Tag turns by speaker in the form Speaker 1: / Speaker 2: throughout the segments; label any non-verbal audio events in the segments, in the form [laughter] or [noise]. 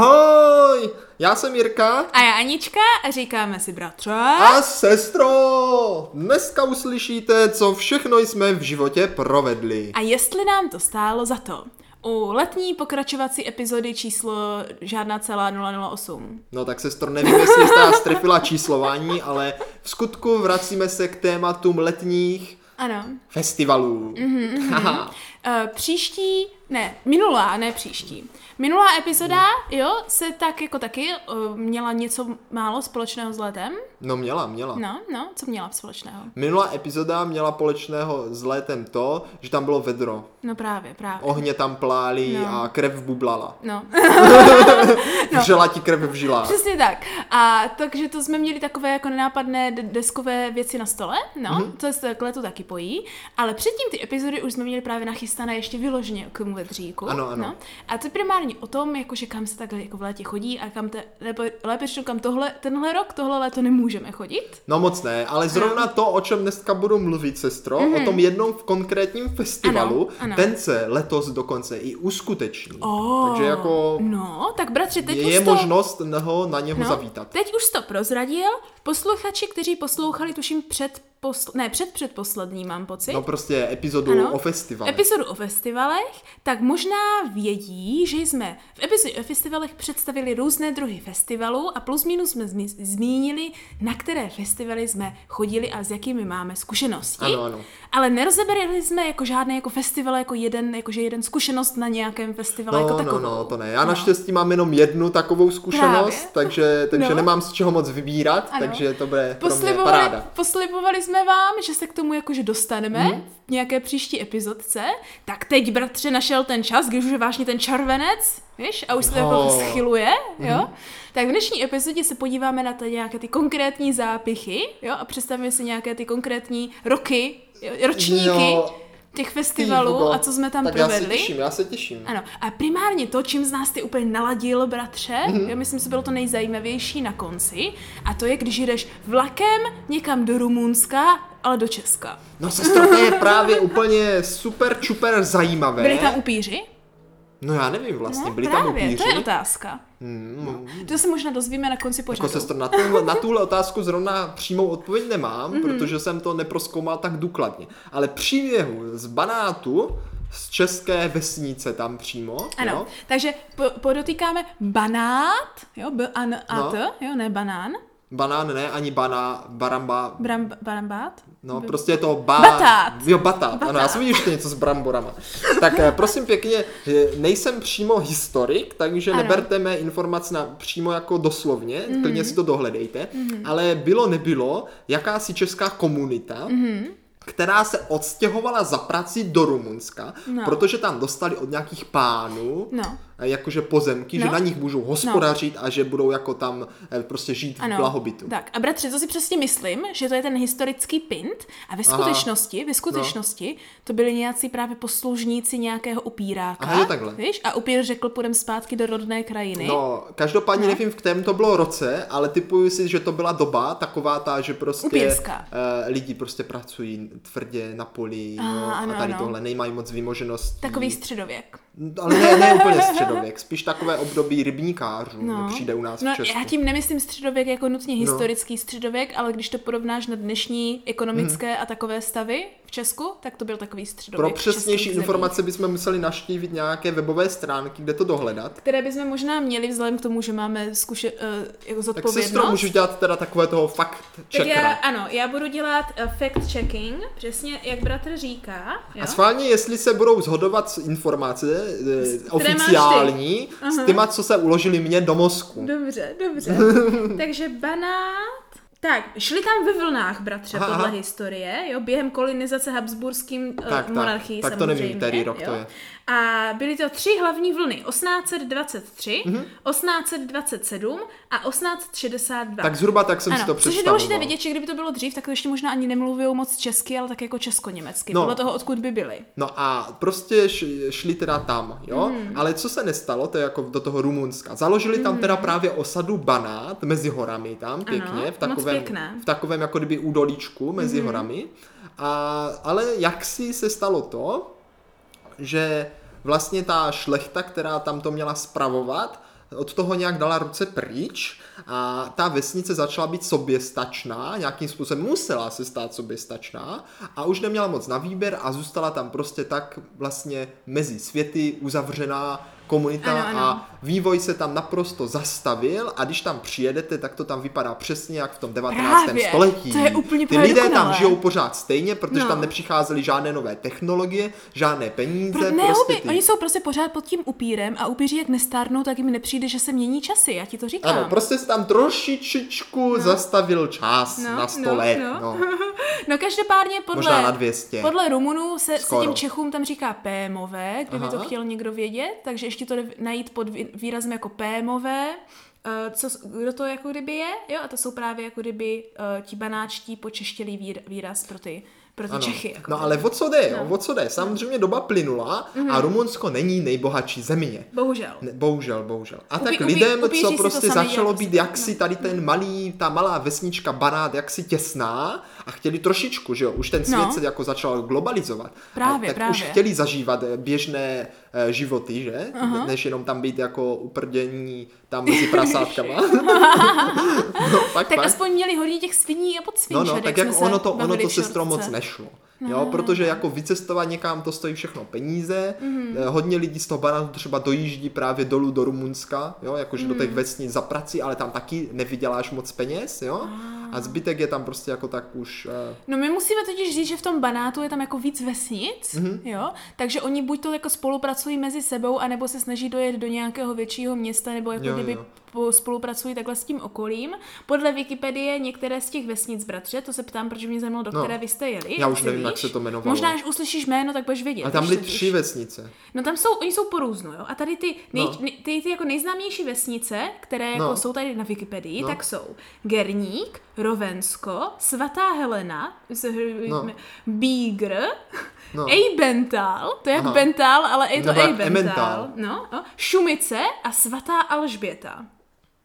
Speaker 1: Ahoj, já jsem Jirka
Speaker 2: A já Anička a říkáme si bratře.
Speaker 1: a sestro. Dneska uslyšíte, co všechno jsme v životě provedli.
Speaker 2: A jestli nám to stálo za to. U letní pokračovací epizody číslo žádná celá 008.
Speaker 1: No tak sestro, nevím, jestli jste nás trefila číslování, ale v skutku vracíme se k tématům letních
Speaker 2: Ano.
Speaker 1: festivalů.
Speaker 2: Mhm,
Speaker 1: Haha.
Speaker 2: E, příští, ne, minulá, ne příští. Minulá epizoda, jo, se tak jako taky e, měla něco málo společného s letem.
Speaker 1: no měla, měla.
Speaker 2: No, no, co měla společného?
Speaker 1: Minulá epizoda měla polečného s létem to, že tam bylo vedro.
Speaker 2: No právě, právě.
Speaker 1: Ohně tam plály
Speaker 2: No.
Speaker 1: a krev bublala.
Speaker 2: No.
Speaker 1: Vřela ti krev v žilách.
Speaker 2: Přesně tak. A takže to jsme měli takové jako nenápadné d- deskové věci na stole, no,
Speaker 1: Mhm.
Speaker 2: mm-hmm. to se takhle to taky pojí, ale předtím ty epizody už jsme měli právě nachystané ještě vyloženě k tomu vedříku.
Speaker 1: Ano, ano.
Speaker 2: No. A to je primárně o tom, jakože kam se takhle jako v létě chodí a kam te, lépe, lépe řečeno, kam tohle, tenhle rok, tohle léto nemůžeme chodit.
Speaker 1: No moc ne,
Speaker 2: Hm.
Speaker 1: ale zrovna to, o čem dneska budu mluvit, sestro, mm-hmm. o tom jednom v konkrétním festivalu,
Speaker 2: Mhm. Ano, ano.
Speaker 1: ten se letos dokonce i uskuteční.
Speaker 2: Oh,
Speaker 1: Takže jako
Speaker 2: No, tak bratře, teď
Speaker 1: je
Speaker 2: už to...
Speaker 1: možnost na ho, na něho
Speaker 2: No,
Speaker 1: zavítat.
Speaker 2: Teď už to prozradil. Posluchači, kteří poslouchali, tuším před posl- ne, před předposlední, mám pocit.
Speaker 1: No prostě epizodu
Speaker 2: Ano.
Speaker 1: o festivalu.
Speaker 2: epizodu o festivalech, tak možná vědí, že jsme v epizodě o festivalech představili různé druhy festivalů a plus minus jsme zmi- zmínili, na které festivaly jsme chodili a s jakými máme zkušenosti.
Speaker 1: Ano, ano.
Speaker 2: Ale nerozeberali jsme jako žádné jako festival, jako jeden, jakože jeden zkušenost na nějakém festivalu
Speaker 1: No,
Speaker 2: jako
Speaker 1: no,
Speaker 2: takovou.
Speaker 1: no, to ne. Já naštěstí mám jenom jednu takovou zkušenost,
Speaker 2: Právě.
Speaker 1: takže, takže
Speaker 2: No.
Speaker 1: nemám z čeho moc vybírat,
Speaker 2: Ano.
Speaker 1: takže to bude pro mě
Speaker 2: Poslibovali,
Speaker 1: paráda. Mhm.
Speaker 2: poslibovali jsme vám, že se k tomu jakože dostaneme v nějaké příští epizodce. Tak teď, bratře, našel ten čas, když už je vážně ten červenec, víš, a už se to
Speaker 1: No.
Speaker 2: jako schyluje,
Speaker 1: Mhm.
Speaker 2: jo. Tak v dnešní epizodě se podíváme na ty nějaké ty konkrétní zápichy, jo, a představíme si nějaké ty konkrétní roky, jo, ročníky
Speaker 1: Jo.
Speaker 2: těch
Speaker 1: Ty,
Speaker 2: festivalů
Speaker 1: Hugo,
Speaker 2: a co jsme tam
Speaker 1: tak
Speaker 2: provedli.
Speaker 1: já se těším, já se těším.
Speaker 2: No. Ano, a primárně to, čím z nás ty úplně naladil, bratře,
Speaker 1: Mhm.
Speaker 2: mm-hmm. já myslím, že bylo to nejzajímavější na konci, a to je, když jdeš vlakem někam do Rumunska, ale do Česka.
Speaker 1: No sestro, to
Speaker 2: [laughs]
Speaker 1: je právě úplně super, čuper zajímavé.
Speaker 2: Byli tam upíři?
Speaker 1: No já nevím vlastně, byli
Speaker 2: právě,
Speaker 1: tam upíři.
Speaker 2: to je otázka. No,
Speaker 1: Hmm,
Speaker 2: To se možná dozvíme na konci pořadu.
Speaker 1: Jako sestro, na, tuhle, na tuhle otázku zrovna přímou odpověď nemám, mm-hmm. protože jsem to neproskoumal tak důkladně. Ale příběhu z Banátu, z české vesnice tam přímo,
Speaker 2: Ano,
Speaker 1: jo?
Speaker 2: takže po, podotýkáme banát, jo, b a n a t,
Speaker 1: No.
Speaker 2: jo, ne banán,
Speaker 1: Banán ne, ani baná, baramba,
Speaker 2: bram, barambát.
Speaker 1: no prostě je to ba...
Speaker 2: Batát.
Speaker 1: Jo, batát, ano, já
Speaker 2: Batát.
Speaker 1: jsem viděl ještě něco s bramborama. Tak eh, prosím pěkně, eh, nejsem přímo historik, takže
Speaker 2: Ano. Mhm.
Speaker 1: neberte mé informace na, přímo jako doslovně, mm-hmm. klidně si to dohledejte, mm-hmm. ale bylo nebylo, jakási česká komunita,
Speaker 2: Mhm.
Speaker 1: mm-hmm která se odstěhovala za prací do Rumunska, no.
Speaker 2: No.
Speaker 1: protože tam dostali od nějakých pánů
Speaker 2: No.
Speaker 1: eh, jakože pozemky, no. že
Speaker 2: No.
Speaker 1: na nich můžou hospodařit no. a že budou jako tam eh, prostě žít v blahobytu.
Speaker 2: Tak a bratře, to si přesně myslím, že to je ten historický pint a ve
Speaker 1: Aha. No.
Speaker 2: skutečnosti, ve skutečnosti to byli nějací právě poslužníci nějakého upíráka.
Speaker 1: Aha, jo, takhle.
Speaker 2: Víš? A upír řekl, půjdem zpátky do rodné krajiny.
Speaker 1: No, každopádně
Speaker 2: No.
Speaker 1: nevím, v kterém to bylo roce, ale typuju si, že to byla doba taková ta, že prostě
Speaker 2: Upírská.
Speaker 1: eh, lidi prostě pracují tvrdě na poli
Speaker 2: Aha,
Speaker 1: no, a
Speaker 2: ano,
Speaker 1: tady
Speaker 2: ano.
Speaker 1: tohle, nemají moc vymoženost.
Speaker 2: Takový středověk.
Speaker 1: Ale ne, ne
Speaker 2: [laughs]
Speaker 1: úplně středověk, spíš takové období rybníkářů
Speaker 2: No.
Speaker 1: přijde u nás
Speaker 2: no
Speaker 1: v Česku. No.
Speaker 2: já tím nemyslím středověk jako nutně historický středověk, ale když to porovnáš na dnešní ekonomické a takové stavy v Česku, tak to byl takový středověk.
Speaker 1: Mhm. Pro
Speaker 2: v českých
Speaker 1: přesnější
Speaker 2: zemích.
Speaker 1: informace bychom museli naštívit nějaké webové stránky, kde to dohledat.
Speaker 2: které bychom možná měli vzhledem k tomu, že máme zkuše, eh, jako
Speaker 1: Tak sestro,
Speaker 2: zodpovědnost.
Speaker 1: můžu dělat teda takové toho fakt
Speaker 2: Tak já,
Speaker 1: checkera.
Speaker 2: ano, já budu dělat uh, fact checking, přesně jak bratr říká. Jo?
Speaker 1: A schválně, jestli se budou zhodovat s informace eh,
Speaker 2: máš ty.
Speaker 1: oficiální s těma, co se uložili mě do mozku.
Speaker 2: Dobře,
Speaker 1: [laughs]
Speaker 2: dobře. Takže banát. Tak, šli tam ve vlnách, bratře,
Speaker 1: Aha,
Speaker 2: aha,
Speaker 1: aha.
Speaker 2: podle historie, jo, během kolonizace habsburským tak,
Speaker 1: tak,
Speaker 2: uh, monarchií
Speaker 1: tak to nevím,
Speaker 2: samozřejmě.
Speaker 1: který rok
Speaker 2: jo.
Speaker 1: to je.
Speaker 2: A byly to tři hlavní vlny, 1823,
Speaker 1: Mhm.
Speaker 2: 1827 a 1862.
Speaker 1: Tak zhruba tak jsem si to
Speaker 2: ano, což je
Speaker 1: představoval.
Speaker 2: důležité vidět, že kdyby to bylo dřív, tak to ještě možná ani nemluví moc česky, ale tak jako česko-německy,
Speaker 1: No.
Speaker 2: podle toho, odkud by byli.
Speaker 1: No a prostě š- šli teda tam, jo?
Speaker 2: Mhm.
Speaker 1: Mm. Ale co se nestalo, to je jako do toho Rumunska. Založili tam teda právě osadu Banát mezi horami tam pěkně, v
Speaker 2: moc
Speaker 1: takovém,
Speaker 2: pěkné. Mhm.
Speaker 1: v takovém jako kdyby údolíčku mezi mm. horami. A, ale jaksi se stalo to, že vlastně ta šlechta, která tam to měla spravovat, od toho nějak dala ruce pryč a ta vesnice začala být soběstačná, nějakým způsobem musela se stát soběstačná a už neměla moc na výběr a zůstala tam prostě tak vlastně mezi světy uzavřená komunita
Speaker 2: Ano, ano.
Speaker 1: a vývoj se tam naprosto zastavil a když tam přijedete, tak to tam vypadá přesně jak v tom 19.
Speaker 2: Právě,
Speaker 1: století.
Speaker 2: to je úplně
Speaker 1: Ty
Speaker 2: právě
Speaker 1: lidé tam
Speaker 2: dokonalé.
Speaker 1: žijou pořád stejně, protože
Speaker 2: No.
Speaker 1: tam nepřicházely žádné nové technologie, žádné peníze,
Speaker 2: Pro, ne,
Speaker 1: prostě
Speaker 2: oby,
Speaker 1: ty...
Speaker 2: oni jsou prostě pořád pod tím upírem a upíři jak nestárnou, tak jim nepřijde, že se mění časy, já ti to říkám.
Speaker 1: Ano, prostě se tam trošičičku no. zastavil čas
Speaker 2: No,
Speaker 1: na 100
Speaker 2: no,
Speaker 1: let.
Speaker 2: no.
Speaker 1: No.
Speaker 2: [laughs] No každopádně podle,
Speaker 1: Možná na 200.
Speaker 2: podle Rumunů se, se
Speaker 1: Skoro.
Speaker 2: těm Čechům tam říká Pémové, kdyby
Speaker 1: Aha.
Speaker 2: to chtěl někdo vědět, takže ještě to jde najít pod vý- výrazem jako Pémové. Eh, Co, s- kdo to jako kdyby je? Jo, a to jsou právě jako kdyby uh, ti banáčtí počeštělý výr- výraz pro ty, pro ty
Speaker 1: Ano.
Speaker 2: Čechy. Jako
Speaker 1: no
Speaker 2: kdyby.
Speaker 1: ale o co jde, no. o co jde? Samozřejmě doba plynula a
Speaker 2: Mhm.
Speaker 1: Rumunsko není nejbohatší země.
Speaker 2: Bohužel.
Speaker 1: Ne, bohužel, bohužel. A
Speaker 2: Upí-
Speaker 1: tak
Speaker 2: upí-
Speaker 1: lidem,
Speaker 2: upíři si
Speaker 1: co
Speaker 2: to
Speaker 1: prostě
Speaker 2: sami
Speaker 1: začalo
Speaker 2: dělají,
Speaker 1: být
Speaker 2: prostě.
Speaker 1: jaksi tady ten malý, ta malá vesnička Banát jaksi těsná a chtěli trošičku, že jo, už ten svět
Speaker 2: No.
Speaker 1: se jako začal globalizovat.
Speaker 2: Právě,
Speaker 1: a, tak už
Speaker 2: právě.
Speaker 1: chtěli zažívat eh, běžné eh, životy, že? Ne, než jenom tam být jako uprdění tam mezi
Speaker 2: [laughs]
Speaker 1: prasátkama. no, pak,
Speaker 2: Tak aspoň měli hodně těch sviní a podsvinčat,
Speaker 1: No, no, tak
Speaker 2: jsme
Speaker 1: jako
Speaker 2: se
Speaker 1: ono to, ono
Speaker 2: bavili
Speaker 1: to
Speaker 2: v No,
Speaker 1: sestro moc
Speaker 2: šortce.
Speaker 1: nešlo. Jo, protože jako vycestovat někam to stojí všechno peníze,
Speaker 2: Mhm.
Speaker 1: mm. hodně lidí z toho banánu třeba dojíždí právě dolů do Rumunska, jo, jakože do
Speaker 2: Mhm.
Speaker 1: těch vesnic za prací, ale tam taky nevyděláš moc peněz, jo,
Speaker 2: Ah.
Speaker 1: a zbytek je tam prostě jako tak už... eh,
Speaker 2: No my musíme totiž říct, že v tom banátu je tam jako víc vesnic, mm-hmm.
Speaker 1: Mhm.
Speaker 2: jo? Takže oni buď to jako spolupracují mezi sebou, anebo se snaží dojet do nějakého většího města, nebo jako
Speaker 1: Jo,
Speaker 2: jo, kdyby
Speaker 1: jo.
Speaker 2: po- spolupracují takhle s tím okolím. Podle Wikipedie některé z těch vesnic, bratře, to se ptám, protože mě zajímalo, do
Speaker 1: No.
Speaker 2: které vy jste jeli.
Speaker 1: Já už
Speaker 2: jestli
Speaker 1: nevím,
Speaker 2: víš.
Speaker 1: jak se to jmenovalo.
Speaker 2: Možná, až uslyšíš jméno, tak budeš vědět.
Speaker 1: A tam
Speaker 2: když
Speaker 1: byly
Speaker 2: to-
Speaker 1: tři vesnice.
Speaker 2: No tam jsou, oni jsou porůzno, jo. A tady ty, nej,
Speaker 1: No.
Speaker 2: no. ty, ty jako nejznámější vesnice, které jako
Speaker 1: No.
Speaker 2: jsou tady na Wikipedii,
Speaker 1: No.
Speaker 2: no. tak jsou Gerník, Rovensko, Svatá Helena, z,
Speaker 1: No.
Speaker 2: no. Bígr,
Speaker 1: No.
Speaker 2: [laughs] no. Ejbental, to je jak
Speaker 1: Aha.
Speaker 2: Bental, ale je to
Speaker 1: Nebo jak
Speaker 2: Ejbental.
Speaker 1: Emmental.
Speaker 2: No, no, Šumice a Svatá Alžběta.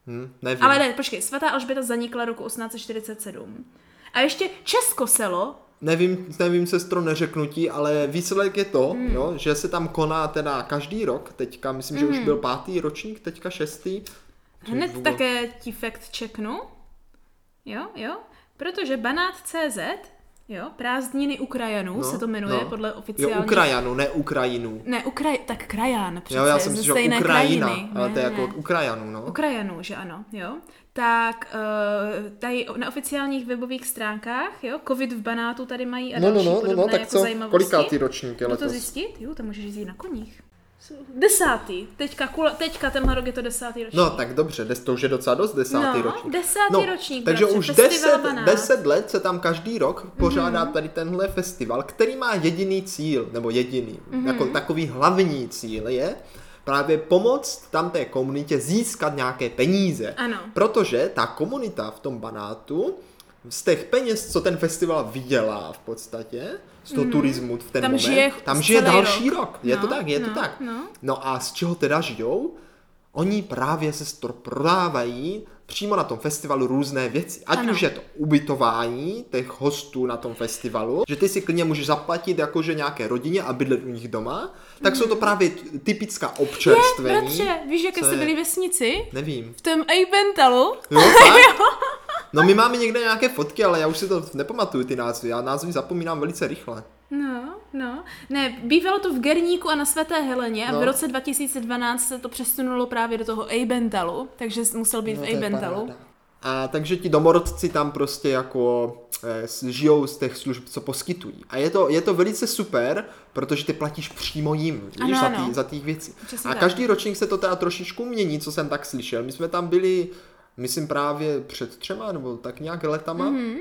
Speaker 1: Hm, nevím.
Speaker 2: Ale ne, počkej, Svatá Alžběta zanikla roku 1847. A ještě Českoselo,
Speaker 1: Nevím, nevím sestro, neřeknu ti, ale výsledek je to,
Speaker 2: Hmm.
Speaker 1: jo, že se tam koná teda každý rok, teďka myslím, že už byl pátý ročník, teďka šestý.
Speaker 2: Hmm. Hned
Speaker 1: Vůbec.
Speaker 2: také ti fakt checknu. Jo, jo. Protože Banát.cz, jo, prázdniny Ukrajanů
Speaker 1: No,
Speaker 2: no, se to jmenuje
Speaker 1: no.
Speaker 2: no. podle
Speaker 1: Jo,
Speaker 2: oficiální...
Speaker 1: Ukrajanu, ne Ukrajinu.
Speaker 2: Ne, Ukraj... tak Krajan přece,
Speaker 1: Jo, já jsem
Speaker 2: ze
Speaker 1: si říkal
Speaker 2: stejné
Speaker 1: Ukrajina,
Speaker 2: krajiny.
Speaker 1: ale
Speaker 2: Ne,
Speaker 1: to je
Speaker 2: ne,
Speaker 1: jako
Speaker 2: ne.
Speaker 1: Ukrajanů, no.
Speaker 2: Ukrajanů, že ano, jo. Tak uh, tady na oficiálních webových stránkách, jo, covid v Banátu tady mají
Speaker 1: No,
Speaker 2: a další podobné jako zajímavosti.
Speaker 1: ročník je
Speaker 2: Jdu to zjistit? Jo, tam můžeš jít na koních. Desátý. Teďka, kula, teďka tenhle rok je to desátý ročník.
Speaker 1: No tak dobře, des, to už je docela dost, desátý
Speaker 2: No,
Speaker 1: ročník.
Speaker 2: desátý ročník,
Speaker 1: Takže
Speaker 2: bratře,
Speaker 1: už
Speaker 2: festival Mhm.
Speaker 1: 10,
Speaker 2: Banát.
Speaker 1: 10 let se tam každý rok pořádá mm tady tenhle festival, který má jediný cíl, nebo jediný,
Speaker 2: Mhm.
Speaker 1: jako takový hlavní cíl je právě pomoct tam té komunitě získat nějaké peníze.
Speaker 2: Ano.
Speaker 1: Protože ta komunita v tom banátu z těch peněz, co ten festival vydělá v podstatě, z toho turismu v ten
Speaker 2: Mhm. Tam
Speaker 1: moment,
Speaker 2: žije
Speaker 1: tam
Speaker 2: celý
Speaker 1: žije další rok.
Speaker 2: rok.
Speaker 1: Je to
Speaker 2: No,
Speaker 1: tak, je to
Speaker 2: no,
Speaker 1: tak.
Speaker 2: no.
Speaker 1: No a z čeho teda žijou? Oni právě se stro- prodávají přímo na tom festivalu různé věci. Ať
Speaker 2: Ano.
Speaker 1: už je to ubytování těch hostů na tom festivalu, že ty si klidně můžeš zaplatit jakože nějaké rodině a bydlet u nich doma, tak jsou to právě t- typická občerstvení.
Speaker 2: Bratře, víš, jaké
Speaker 1: Co
Speaker 2: jste
Speaker 1: je?
Speaker 2: byli vesnici?
Speaker 1: Nevím.
Speaker 2: V tom Eibentalu?
Speaker 1: Jo, fakt? No my máme někde nějaké fotky, ale já už si to nepamatuju ty názvy. Já názvy zapomínám velice rychle.
Speaker 2: No, no. Ne, bývalo to v Gerníku a na Svaté Heleně
Speaker 1: No.
Speaker 2: a v roce 2012 se to přesunulo právě do toho Eibentalu, takže jsi musel být
Speaker 1: No,
Speaker 2: v
Speaker 1: to je
Speaker 2: Eibentalu.
Speaker 1: paráda. A takže ti domorodci tam prostě jako eh, s- žijou z těch služb, co poskytují. A je to, je to velice super, protože ty platíš přímo jim,
Speaker 2: Ano,
Speaker 1: víš, za,
Speaker 2: ano.
Speaker 1: tý, za těch věcí.
Speaker 2: Přesně
Speaker 1: a
Speaker 2: tak.
Speaker 1: každý ročník se to teda trošičku mění, co jsem tak slyšel. My jsme tam byli, myslím právě před třema nebo tak nějak letama.
Speaker 2: Mhm.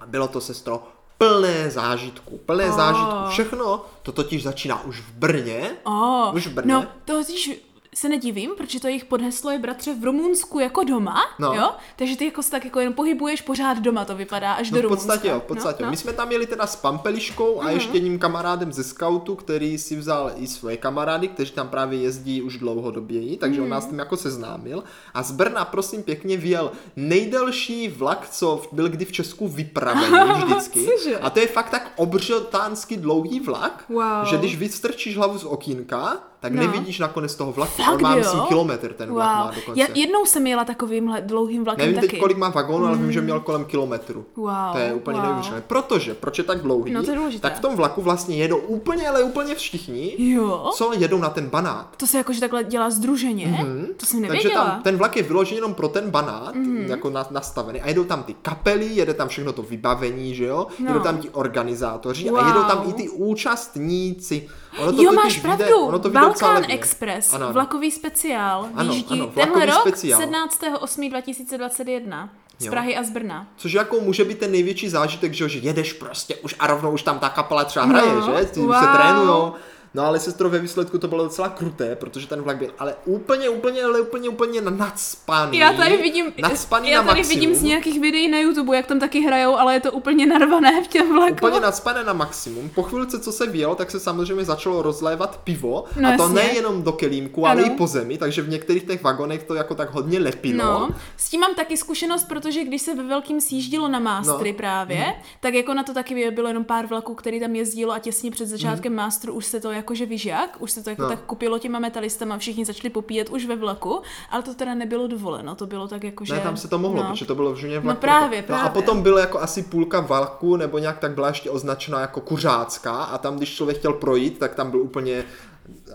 Speaker 1: A bylo to, sestro, plné zážitku. Plné
Speaker 2: Ó.
Speaker 1: zážitku. Všechno to totiž začíná už v Brně.
Speaker 2: Oh,
Speaker 1: Už v Brně.
Speaker 2: no, to totiž se nedivím, protože to jejich podheslo je bratře v Rumunsku jako doma,
Speaker 1: No.
Speaker 2: jo? Takže ty jako se tak jako jen pohybuješ pořád doma, to vypadá až
Speaker 1: No
Speaker 2: do
Speaker 1: v
Speaker 2: Rumunska.
Speaker 1: podstatě jo, v podstatě. No,
Speaker 2: No, Mhm.
Speaker 1: My
Speaker 2: no.
Speaker 1: jsme tam jeli teda s Pampeliškou a ještě jedním kamarádem ze skautu, který si vzal i svoje kamarády, kteří tam právě jezdí už dlouhodoběji, takže
Speaker 2: Mhm.
Speaker 1: on nás s tím jako seznámil. A z Brna, prosím, pěkně vyjel nejdelší vlak, co v- byl kdy v Česku vypravený vždycky.
Speaker 2: [laughs] Cože?
Speaker 1: A to je fakt tak obřotánsky dlouhý vlak,
Speaker 2: Wow.
Speaker 1: že když vystrčíš hlavu z okýnka, tak
Speaker 2: No.
Speaker 1: no. nevidíš nakonec toho vlaku.
Speaker 2: Fakt,
Speaker 1: On má,
Speaker 2: jo?
Speaker 1: myslím, kilometr ten vlak má dokonce.
Speaker 2: Já, jednou jsem jela takovýmhle dlouhým vlakem
Speaker 1: Nevím
Speaker 2: taky. Hmm.
Speaker 1: teď, kolik má vagónů, ale vím, že měl kolem kilometru.
Speaker 2: Wow,
Speaker 1: to je úplně
Speaker 2: wow.
Speaker 1: neuvěřitelné. Protože, proč je tak dlouhý,
Speaker 2: No, to je důležité.
Speaker 1: tak v tom vlaku vlastně jedou úplně, ale úplně všichni,
Speaker 2: Jo?
Speaker 1: co jedou na ten banát.
Speaker 2: To se jakože takhle dělá združeně? Mm-hmm. To jsem
Speaker 1: Mhm. Takže
Speaker 2: nevěděla. Mhm.
Speaker 1: tam ten vlak je vyložen jenom pro ten banát, mm-hmm. jako na, nastavený. A jedou tam ty kapely, jede tam všechno to vybavení, že jo?
Speaker 2: No.
Speaker 1: No. Jedou tam ti organizátoři
Speaker 2: Wow.
Speaker 1: a jedou tam i ty účastníci. Ono
Speaker 2: jo,
Speaker 1: totiž
Speaker 2: máš
Speaker 1: vyjde-
Speaker 2: pravdu.
Speaker 1: ono to vyjde
Speaker 2: Balkán
Speaker 1: celebně.
Speaker 2: Express,
Speaker 1: Ano, ano.
Speaker 2: vlakový speciál,
Speaker 1: Ano,
Speaker 2: výjíždí
Speaker 1: ano, vlakový
Speaker 2: tenhle rok
Speaker 1: speciál.
Speaker 2: 17.8.2021 z
Speaker 1: Jo.
Speaker 2: Prahy a z Brna.
Speaker 1: Což jako může být ten největší zážitek, že, jo, že jedeš prostě už a rovnou už tam ta kapela třeba hraje,
Speaker 2: No,
Speaker 1: že? Ty
Speaker 2: wow.
Speaker 1: se trénujou. No ale sestro ve výsledku to bylo docela kruté, protože ten vlak byl ale úplně, úplně, ale úplně, úplně na- nadspaný.
Speaker 2: Já tady vidím,
Speaker 1: nadspaný
Speaker 2: já
Speaker 1: na
Speaker 2: tady
Speaker 1: maximum.
Speaker 2: vidím z nějakých videí na YouTube, jak tam taky hrajou, ale je to úplně narvané v těm vlaku.
Speaker 1: Úplně nadspané na maximum. Po chvilce, co se vělo, tak se samozřejmě začalo rozlévat pivo.
Speaker 2: No
Speaker 1: a to
Speaker 2: jasně.
Speaker 1: nejenom do kelímku, ale
Speaker 2: Ano.
Speaker 1: i po zemi, takže v některých těch vagonech to jako tak hodně lepilo.
Speaker 2: No, s tím mám taky zkušenost, protože když se ve velkým sjíždilo na mástry
Speaker 1: No.
Speaker 2: právě, tak jako na to taky bylo jenom pár vlaků, který tam jezdilo a těsně před začátkem mástru už se to jakože vyžák, už se to jako
Speaker 1: Mhm. No.
Speaker 2: tak kupilo těma metalistama, všichni začali popíjet už ve vlaku, ale to teda nebylo dovoleno, to bylo tak jakože...
Speaker 1: Ne, tam se to mohlo,
Speaker 2: no.
Speaker 1: protože to bylo v Žuně vlak.
Speaker 2: No právě,
Speaker 1: proto. No a
Speaker 2: právě.
Speaker 1: potom byla jako asi půlka vlaku, nebo nějak tak byla ještě označena jako kuřácká a tam, když člověk chtěl projít, tak tam byl úplně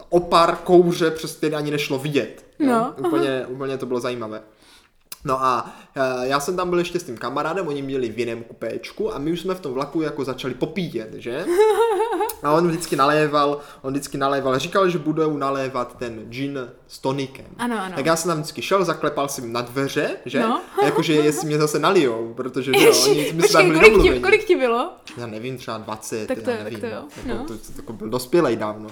Speaker 1: opar kouře, přes který ani nešlo vidět. jo.
Speaker 2: No,
Speaker 1: Úplně, úplně to bylo zajímavé. No a e, já jsem tam byl ještě s tím kamarádem, oni měli v jiném kupéčku a my už jsme v tom vlaku jako začali popíjet,
Speaker 2: [laughs]
Speaker 1: že? A on vždycky naléval, on vždycky naléval, říkal, že budou nalévat ten gin s tonikem.
Speaker 2: Ano, ano.
Speaker 1: Tak já jsem tam vždycky šel, zaklepal jsem na dveře, že?
Speaker 2: No.
Speaker 1: A jakože jestli mě zase nalijou, protože že jo,
Speaker 2: Ježi, [laughs]
Speaker 1: oni my jsme tam byli
Speaker 2: počkej, kolik ti,
Speaker 1: domluveni.
Speaker 2: kolik ti bylo?
Speaker 1: Já nevím, třeba 20,
Speaker 2: Tak to
Speaker 1: já
Speaker 2: jo, tak
Speaker 1: nevím.
Speaker 2: to jo,
Speaker 1: Jako,
Speaker 2: no.
Speaker 1: to, to, jako byl dospělej dávno.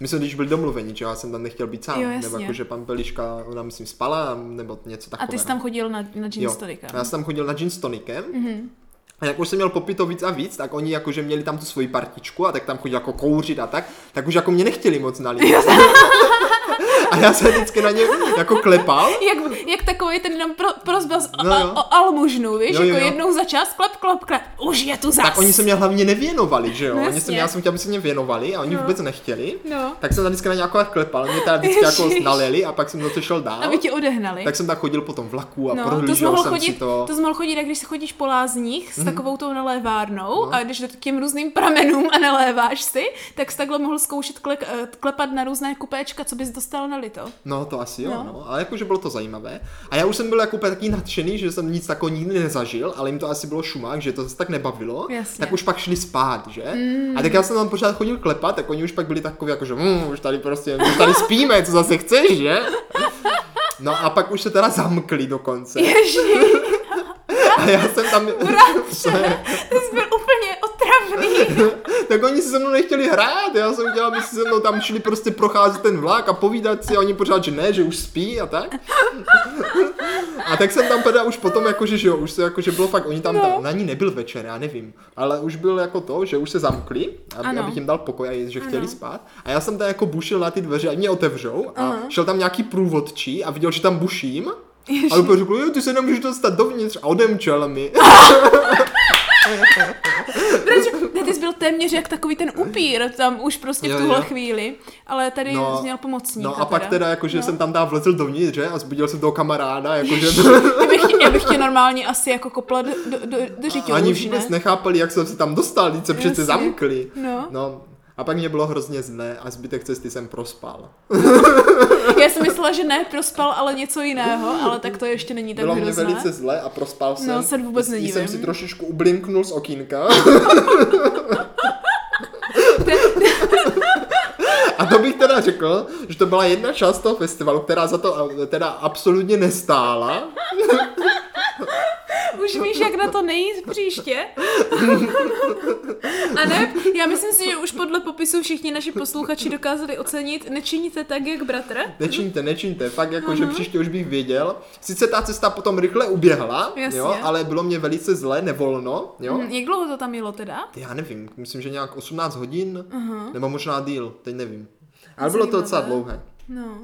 Speaker 1: My jsme když byli domluveni, že já jsem tam nechtěl být sám,
Speaker 2: Jo, jasně.
Speaker 1: nebo jako, že pan Peliška, ona myslím spala, nebo něco
Speaker 2: A
Speaker 1: takového.
Speaker 2: ty jsi tam chodil na, na gin
Speaker 1: Jo.
Speaker 2: s Mhm. tonikem.
Speaker 1: A Já jsem tam chodil na gin s tonikem. Mm-hmm. A jak už jsem měl popito víc a víc, tak oni jakože měli tam tu svoji partičku a tak tam chodil jako kouřit a tak, tak už jako mě nechtěli moc nalít. [laughs] a já jsem vždycky na ně jako klepal.
Speaker 2: Jak, jak takový ten jenom pro, prozba z,
Speaker 1: No,
Speaker 2: a-
Speaker 1: jo.
Speaker 2: o almužnu, víš,
Speaker 1: Jo, jo,
Speaker 2: jako
Speaker 1: jo.
Speaker 2: jednou za čas, klep, klep, klep, už je tu zas.
Speaker 1: Tak oni se mě hlavně nevěnovali, že jo?
Speaker 2: No
Speaker 1: oni se
Speaker 2: jasně.
Speaker 1: mě, já jsem chtěl, aby se mě věnovali a oni
Speaker 2: No.
Speaker 1: vůbec nechtěli.
Speaker 2: No.
Speaker 1: Tak jsem tam vždycky na ně jako klepal, mě tam vždycky
Speaker 2: Ježiš.
Speaker 1: jako naleli a pak jsem zase šel dál.
Speaker 2: Aby tě odehnali.
Speaker 1: Tak jsem tak chodil po tom vlaku a
Speaker 2: No, to jsi
Speaker 1: prohlížel
Speaker 2: mohl
Speaker 1: jsem si
Speaker 2: chodit,
Speaker 1: to. Mhm.
Speaker 2: to... jsi mohl chodit, jak když se chodíš po lázních s takovou tou nalévárnou
Speaker 1: No.
Speaker 2: a jdeš do k těm různým pramenům a naléváš si, tak jsi takhle mohl zkoušet klek, eh, klepat na různé kupéčka, co bys dostal na
Speaker 1: [laughs]
Speaker 2: lito.
Speaker 1: No to asi jo,
Speaker 2: No.
Speaker 1: no. no. Ale jakože bylo to zajímavé. A já už jsem byl jako úplně taky nadšený, že jsem nic takového nikdy nezažil, ale jim to asi bylo šumák, že to zase tak nebavilo.
Speaker 2: Jasně.
Speaker 1: Tak už pak šli spát, že? Mm. A tak já jsem tam pořád chodil klepat, tak oni už pak byli takový jako, že mmm, už tady prostě, už tady spíme, co zase chceš, že? No a pak už se teda zamkli dokonce.
Speaker 2: Ježi,
Speaker 1: A já jsem tam... [laughs]
Speaker 2: ty jsi byl úplně otravný.
Speaker 1: tak oni si se mnou nechtěli hrát, já jsem chtěla, aby si se mnou tam šli prostě procházet ten vlak a povídat si a oni pořád, že ne, že už spí a tak. A tak jsem tam teda už potom, jakože, že jo, už se jakože bylo fakt, oni tam,
Speaker 2: No.
Speaker 1: tam na ní nebyl večer, já nevím, ale už byl jako to, že už se zamkli, aby,
Speaker 2: Ano.
Speaker 1: abych jim dal pokoj a že chtěli
Speaker 2: Ano.
Speaker 1: spát. A já jsem tam jako bušil na ty dveře, a mě otevřou a
Speaker 2: Aha.
Speaker 1: šel tam nějaký průvodčí a viděl, že tam buším. A úplně řekl, jo, ty se nemůžeš dostat dovnitř a odemčel mi.
Speaker 2: Proč- Ne, ty jsi byl téměř jak takový ten upír tam už prostě v
Speaker 1: Jo,
Speaker 2: tuhle
Speaker 1: jo.
Speaker 2: chvíli, ale tady
Speaker 1: No.
Speaker 2: jsi měl pomocníka.
Speaker 1: No a pak teda, jakože
Speaker 2: No.
Speaker 1: jsem tam tam vlezl dovnitř, že? A zbudil jsem toho kamaráda, jako,
Speaker 2: [laughs]
Speaker 1: jakože... [laughs]
Speaker 2: Já bych, tě- já bych tě normálně asi jako kopla do, do, do, do
Speaker 1: A
Speaker 2: řiťou
Speaker 1: Ani
Speaker 2: už,
Speaker 1: vůbec
Speaker 2: ne?
Speaker 1: nechápali, jak jsem se tam dostal, když se
Speaker 2: Jasně.
Speaker 1: přece zamkli.
Speaker 2: No.
Speaker 1: no. A pak mě bylo hrozně zlé a zbytek cesty jsem prospal.
Speaker 2: Já jsem myslela, že ne, prospal, ale něco jiného, ale tak to ještě není tak
Speaker 1: bylo mě
Speaker 2: hrozné. No,
Speaker 1: velice zlé a prospal jsem.
Speaker 2: se vůbec
Speaker 1: I
Speaker 2: nedivím.
Speaker 1: jsem si trošičku ublinknul z okýnka. [laughs] A to bych teda řekl, že to byla jedna část toho festivalu, která za to eh, teda absolutně nestála.
Speaker 2: Už víš, jak na to nejít příště? A ne, já myslím si, že už podle popisu všichni naši posluchači dokázali ocenit, nečiníte tak, jak bratr.
Speaker 1: Nečiňte, nečiňte, fakt jako, že příště už bych věděl. Sice ta cesta potom rychle uběhla,
Speaker 2: Jasně.
Speaker 1: jo, ale bylo mě velice zlé, nevolno, jo.
Speaker 2: Hm, Jak dlouho to tam jelo teda?
Speaker 1: Já nevím, myslím, že nějak 18 hodin, nebo možná díl, teď nevím. Ale bylo to
Speaker 2: Zajímavé.
Speaker 1: docela dlouhé.
Speaker 2: No.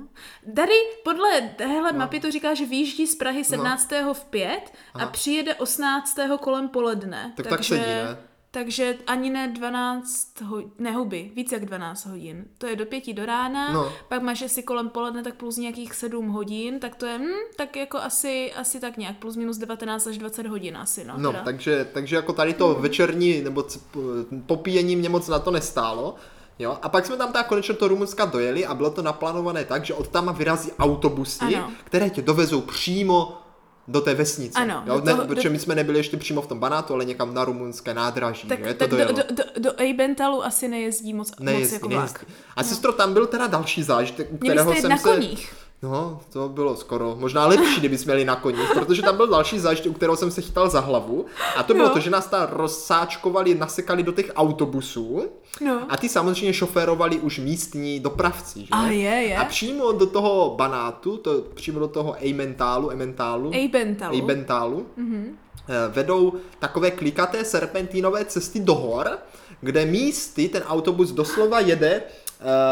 Speaker 2: Tady podle téhle
Speaker 1: No.
Speaker 2: mapy to říká, že vyjíždí z Prahy 17. v 5 a
Speaker 1: Aha.
Speaker 2: přijede 18. kolem poledne.
Speaker 1: Tak tak sedí, ne?
Speaker 2: takže ani ne 12 hodin, ne huby, víc jak 12 hodin. To je do pěti do rána,
Speaker 1: No.
Speaker 2: pak máš asi kolem poledne tak plus nějakých 7 hodin, tak to je, hm, tak jako asi, asi tak nějak, plus minus 19 až 20 hodin asi, no.
Speaker 1: No,
Speaker 2: teda.
Speaker 1: takže, takže jako tady
Speaker 2: Hmm.
Speaker 1: to večerní nebo c- p- popíjení mě moc na to nestálo. Jo, a pak jsme tam tak konečně do Rumunska dojeli a bylo to naplánované tak, že od tam vyrazí autobusy,
Speaker 2: Ano.
Speaker 1: které tě dovezou přímo do té vesnice.
Speaker 2: Ano,
Speaker 1: jo,
Speaker 2: do
Speaker 1: ne,
Speaker 2: toho-
Speaker 1: protože
Speaker 2: do-
Speaker 1: my jsme nebyli ještě přímo v tom banátu, ale někam na rumunské nádraží.
Speaker 2: tak,
Speaker 1: jo, je to
Speaker 2: tak do,
Speaker 1: dojelo.
Speaker 2: do, do, do Eibentalu asi nejezdí moc, moc jako vlak.
Speaker 1: A sestro, tam byl teda další zážitek, u
Speaker 2: Měli
Speaker 1: kterého
Speaker 2: jste jet na
Speaker 1: jsem se...
Speaker 2: koních.
Speaker 1: No, to bylo skoro možná lepší, kdyby jsme jeli na koních, protože tam byl další zážitek, u kterého jsem se chytal za hlavu. A to bylo
Speaker 2: Jo.
Speaker 1: to, že nás tam rozsáčkovali, nasekali do těch autobusů.
Speaker 2: No.
Speaker 1: A ty samozřejmě šoférovali už místní dopravci, že?
Speaker 2: A je, je.
Speaker 1: A přímo do toho banátu, to přímo do toho Eimentalu, Eimentalu,
Speaker 2: Eibentalu.
Speaker 1: Eibentalu
Speaker 2: Mhm.
Speaker 1: eh, vedou takové klikaté serpentínové cesty do hor, kde místy ten autobus doslova jede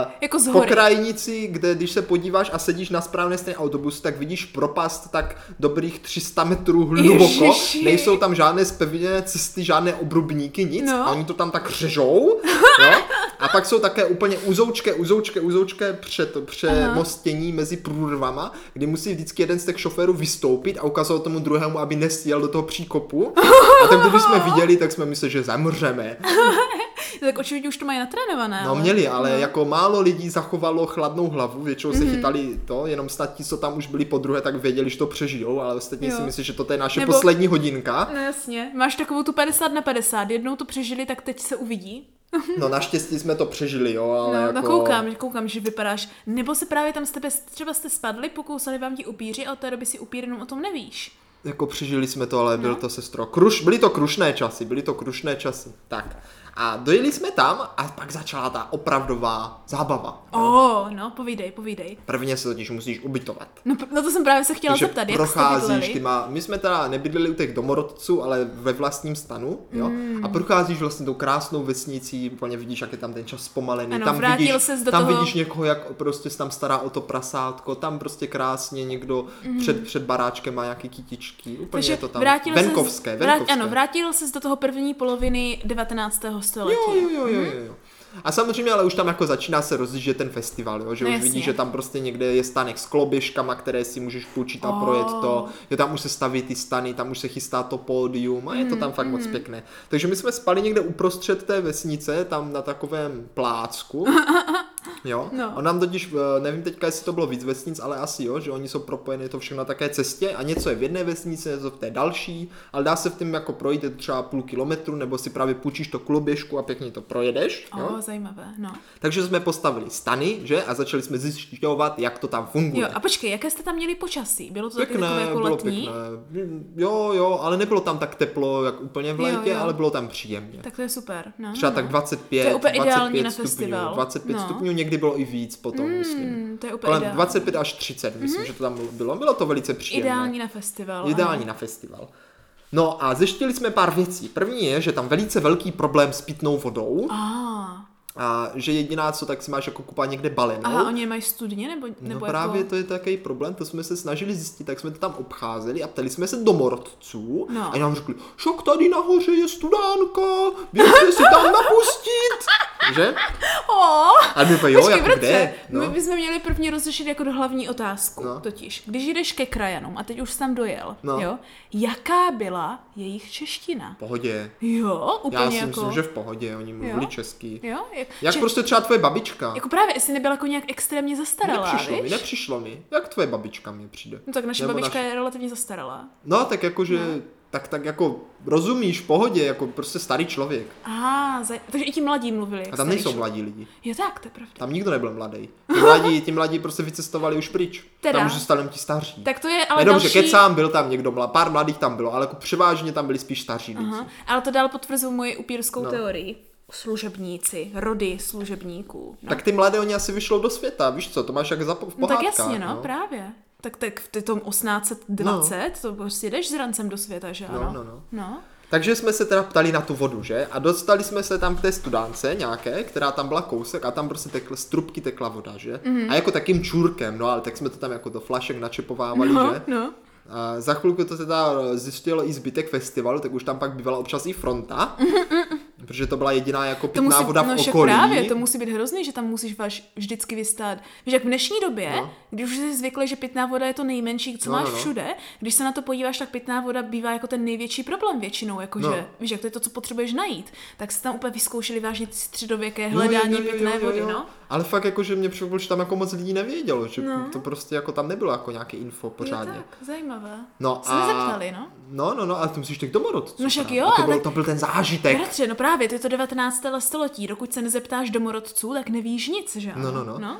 Speaker 1: eh,
Speaker 2: Jako z
Speaker 1: po
Speaker 2: hory.
Speaker 1: krajnici, kde když se podíváš a sedíš na správné straně autobusu, tak vidíš propast tak dobrých 300 metrů hluboko.
Speaker 2: Ježiši.
Speaker 1: Nejsou tam žádné spevněné cesty, žádné obrubníky, nic.
Speaker 2: No.
Speaker 1: A oni to tam tak řežou. jo? A pak jsou také úplně uzoučké, uzoučké, uzoučké před, přemostění mezi průrvama, kdy musí vždycky jeden z těch šoférů vystoupit a ukazovat tomu druhému, aby nesjel do toho příkopu. A tak když jsme viděli, tak jsme mysleli, že zemřeme.
Speaker 2: Tak očividně už to mají natrénované.
Speaker 1: No
Speaker 2: ale-
Speaker 1: měli, ale jako málo lidí zachovalo chladnou hlavu, většinou
Speaker 2: Mhm.
Speaker 1: se chytali to, jenom snad ti, co tam už byli po druhé, tak věděli, že to přežijou, ale ostatně
Speaker 2: Jo.
Speaker 1: si myslím, že to je naše
Speaker 2: Nebo-
Speaker 1: poslední hodinka.
Speaker 2: No jasně, máš takovou tu 50 na 50, jednou to přežili, tak teď se uvidí.
Speaker 1: No naštěstí jsme to přežili, jo, ale
Speaker 2: no,
Speaker 1: jako...
Speaker 2: no koukám, koukám, že vypadáš. Nebo se právě tam z tebe, třeba jste spadli, pokousali vám ti upíři a od té doby si upír jenom o tom nevíš.
Speaker 1: Jako přežili jsme to, ale
Speaker 2: No.
Speaker 1: byl to sestro. Kruš, byly to krušné časy, byly to krušné časy. Tak. A dojeli jsme tam a pak začala ta opravdová zábava.
Speaker 2: O, oh, no, povídej, povídej.
Speaker 1: Prvně se totiž musíš ubytovat.
Speaker 2: No, pr- no to jsem právě se chtěla
Speaker 1: Takže
Speaker 2: zeptat, jak jste
Speaker 1: procházíš
Speaker 2: bydleli.
Speaker 1: těma, my jsme teda nebydleli u těch domorodců, ale ve vlastním stanu, jo,
Speaker 2: Hmm.
Speaker 1: a procházíš vlastně tou krásnou vesnicí, úplně vidíš, jak je tam ten čas zpomalený,
Speaker 2: Ano,
Speaker 1: tam,
Speaker 2: vrátil
Speaker 1: vidíš,
Speaker 2: ses do
Speaker 1: tam
Speaker 2: toho-
Speaker 1: vidíš někoho, jak prostě se tam stará o to prasátko, tam prostě krásně někdo před, před baráčkem má nějaký kytičky, úplně je to tam,
Speaker 2: Hmm. vrátil
Speaker 1: venkovské,
Speaker 2: ses,
Speaker 1: venkovské.
Speaker 2: Ano, vrátil se do toho první poloviny 19. století.
Speaker 1: Jo, jo, jo, jo,
Speaker 2: Mhm.
Speaker 1: jo, jo. A samozřejmě, ale už tam jako začíná se rozjíždět ten festival, jo? že
Speaker 2: No
Speaker 1: už
Speaker 2: jasně.
Speaker 1: vidíš, že tam prostě někde je stanek s kloběžkama, které si můžeš půjčit a
Speaker 2: Oh.
Speaker 1: projet to, že tam už se staví ty stany, tam už se chystá to pódium a je to tam fakt
Speaker 2: Mhm,
Speaker 1: moc pěkné. Takže my jsme spali někde uprostřed té vesnice, tam na takovém
Speaker 2: [laughs]
Speaker 1: plácku. Jo?
Speaker 2: No.
Speaker 1: On nám totiž, eh, nevím teďka, jestli to bylo víc vesnic, ale asi jo, že oni jsou propojené to všechno na také cestě a něco je v jedné vesnici, něco v té další, ale dá se v tom jako projít je to třeba půl kilometru, nebo si právě půjčíš to kloběžku a pěkně to projedeš.
Speaker 2: O,
Speaker 1: Jo?
Speaker 2: oh, zajímavé, no.
Speaker 1: Takže jsme postavili stany, že? A začali jsme zjišťovat, jak to tam funguje.
Speaker 2: Jo, a počkej, jaké jste tam měli počasí? Bylo to taky
Speaker 1: Pěkné,
Speaker 2: takové jako
Speaker 1: bylo
Speaker 2: letní?
Speaker 1: pěkné. Jo, jo, ale nebylo tam tak teplo, jak úplně v
Speaker 2: Jo,
Speaker 1: létě,
Speaker 2: jo.
Speaker 1: ale bylo tam příjemně.
Speaker 2: Tak to je super. No,
Speaker 1: Třeba
Speaker 2: no.
Speaker 1: tak 25,
Speaker 2: To je úplně
Speaker 1: 25
Speaker 2: ideální na
Speaker 1: stupňů,
Speaker 2: festival.
Speaker 1: 25
Speaker 2: No.
Speaker 1: stupňů, někdy bylo i víc potom, myslím.
Speaker 2: Hmm, to je úplně
Speaker 1: Kolem
Speaker 2: ideální. Mhm.
Speaker 1: 25 až 30, myslím, že to tam bylo. Bylo to velice příjemné.
Speaker 2: Ideální no. na festival.
Speaker 1: Ideální na festival. No a zjištili jsme pár věcí. První je, že tam velice velký problém s pitnou vodou
Speaker 2: Ano.
Speaker 1: a že jediná co, tak si máš jako kupa někde
Speaker 2: Ah,
Speaker 1: balenou.
Speaker 2: aha, oni je mají studně nebo,
Speaker 1: No
Speaker 2: nebo
Speaker 1: právě
Speaker 2: jako...
Speaker 1: to je takový problém, to jsme se snažili zjistit, tak jsme to tam obcházeli a ptali jsme se domorodců
Speaker 2: No.
Speaker 1: a nám řekli, šok tady nahoře je studánka, běžte si tam
Speaker 2: [laughs]
Speaker 1: napustit, že?
Speaker 2: O,
Speaker 1: A my jo,
Speaker 2: počkej,
Speaker 1: jako
Speaker 2: bratře,
Speaker 1: kde?
Speaker 2: My
Speaker 1: No.
Speaker 2: bychom měli první rozřešit jako do hlavní otázku.
Speaker 1: No.
Speaker 2: Totiž, když jdeš ke krajanům, a teď už jsi tam dojel,
Speaker 1: No.
Speaker 2: jo, jaká byla jejich čeština?
Speaker 1: Pohodě.
Speaker 2: Jo, úplně
Speaker 1: Já si
Speaker 2: jako...
Speaker 1: myslím, že v pohodě, oni mluvili česky.
Speaker 2: Jo, jak,
Speaker 1: Jak
Speaker 2: že-
Speaker 1: prostě třeba tvoje babička.
Speaker 2: jako právě, jestli nebyla jako nějak extrémně zastaralá,
Speaker 1: nepřišlo mi,
Speaker 2: víš?
Speaker 1: nepřišlo mi. Jak tvoje babička mi přijde?
Speaker 2: No tak naše
Speaker 1: Nebo
Speaker 2: babička
Speaker 1: naš-
Speaker 2: je relativně zastaralá.
Speaker 1: No tak jakože, tak, tak jako rozumíš, v pohodě, jako prostě starý člověk.
Speaker 2: Aha, zaj... takže i ti mladí mluvili. jak
Speaker 1: A tam
Speaker 2: starý
Speaker 1: nejsou
Speaker 2: člověk.
Speaker 1: mladí lidi.
Speaker 2: Jo tak, to je pravda.
Speaker 1: Tam nikdo nebyl mladý. Ti mladí, ti mladí prostě vycestovali už pryč.
Speaker 2: Teda.
Speaker 1: Tam už zůstali ti staří.
Speaker 2: Tak to je ale
Speaker 1: Nejenom,
Speaker 2: další...
Speaker 1: že kecám, byl tam někdo, mla- pár mladých tam bylo, ale jako převážně tam byli spíš staří lidi.
Speaker 2: Aha, ale to dál potvrzuje moji upírskou
Speaker 1: No.
Speaker 2: no. teorii. Služebníci, rody služebníků. No.
Speaker 1: Tak ty mladé oni asi vyšlo do světa, víš co, to máš jak za, po- v
Speaker 2: no tak
Speaker 1: pohádkách.
Speaker 2: jasně, no, právě. Tak, tak v tom 1820 no. to prostě jdeš s rancem do světa, že ano?
Speaker 1: no, no.
Speaker 2: no.
Speaker 1: Takže jsme se teda ptali na tu vodu, že? A dostali jsme se tam k té studánce nějaké, která tam byla kousek a tam prostě tekl, z trubky tekla voda, že?
Speaker 2: Mhm.
Speaker 1: Mm. A jako takým čurkem, no ale tak jsme to tam jako do flašek načepovávali,
Speaker 2: No,
Speaker 1: že?
Speaker 2: no.
Speaker 1: A za chvilku to teda zjistilo i zbytek festivalu, tak už tam pak bývala občas i fronta. Protože to byla jediná jako
Speaker 2: Mhm. To
Speaker 1: pitná
Speaker 2: musí,
Speaker 1: voda v
Speaker 2: no, však
Speaker 1: okolí.
Speaker 2: právě, to musí být hrozný, že tam musíš vaš vždycky vystát. Víš, jak v dnešní době,
Speaker 1: No.
Speaker 2: no. když už jsi zvyklý, že pitná voda je to nejmenší, co
Speaker 1: No,
Speaker 2: no,
Speaker 1: no,
Speaker 2: máš
Speaker 1: no.
Speaker 2: no. všude, když se na to podíváš, tak pitná voda bývá jako ten největší problém většinou. Jakože,
Speaker 1: No.
Speaker 2: no. víš, jak to je to, co potřebuješ najít. Tak se tam úplně vyzkoušeli vážně ty středověké hledání pitné vody, no.
Speaker 1: Ale fakt jako, že mě překvapilo, že tam jako moc lidí nevědělo, že to prostě jako tam nebylo jako nějaké info
Speaker 2: Jo,
Speaker 1: pořádně.
Speaker 2: tak, zajímavé.
Speaker 1: No
Speaker 2: Jsme
Speaker 1: a-
Speaker 2: zeptali, no.
Speaker 1: No, no, no, ale to musíš tak domorodců.
Speaker 2: No však
Speaker 1: právě.
Speaker 2: jo,
Speaker 1: a to, byl,
Speaker 2: ale-
Speaker 1: to byl ten zážitek.
Speaker 2: Bratře, no právě, to je to 19. století. Dokud se nezeptáš domorodců, tak nevíš nic, že? ano?
Speaker 1: No, no, no.
Speaker 2: no?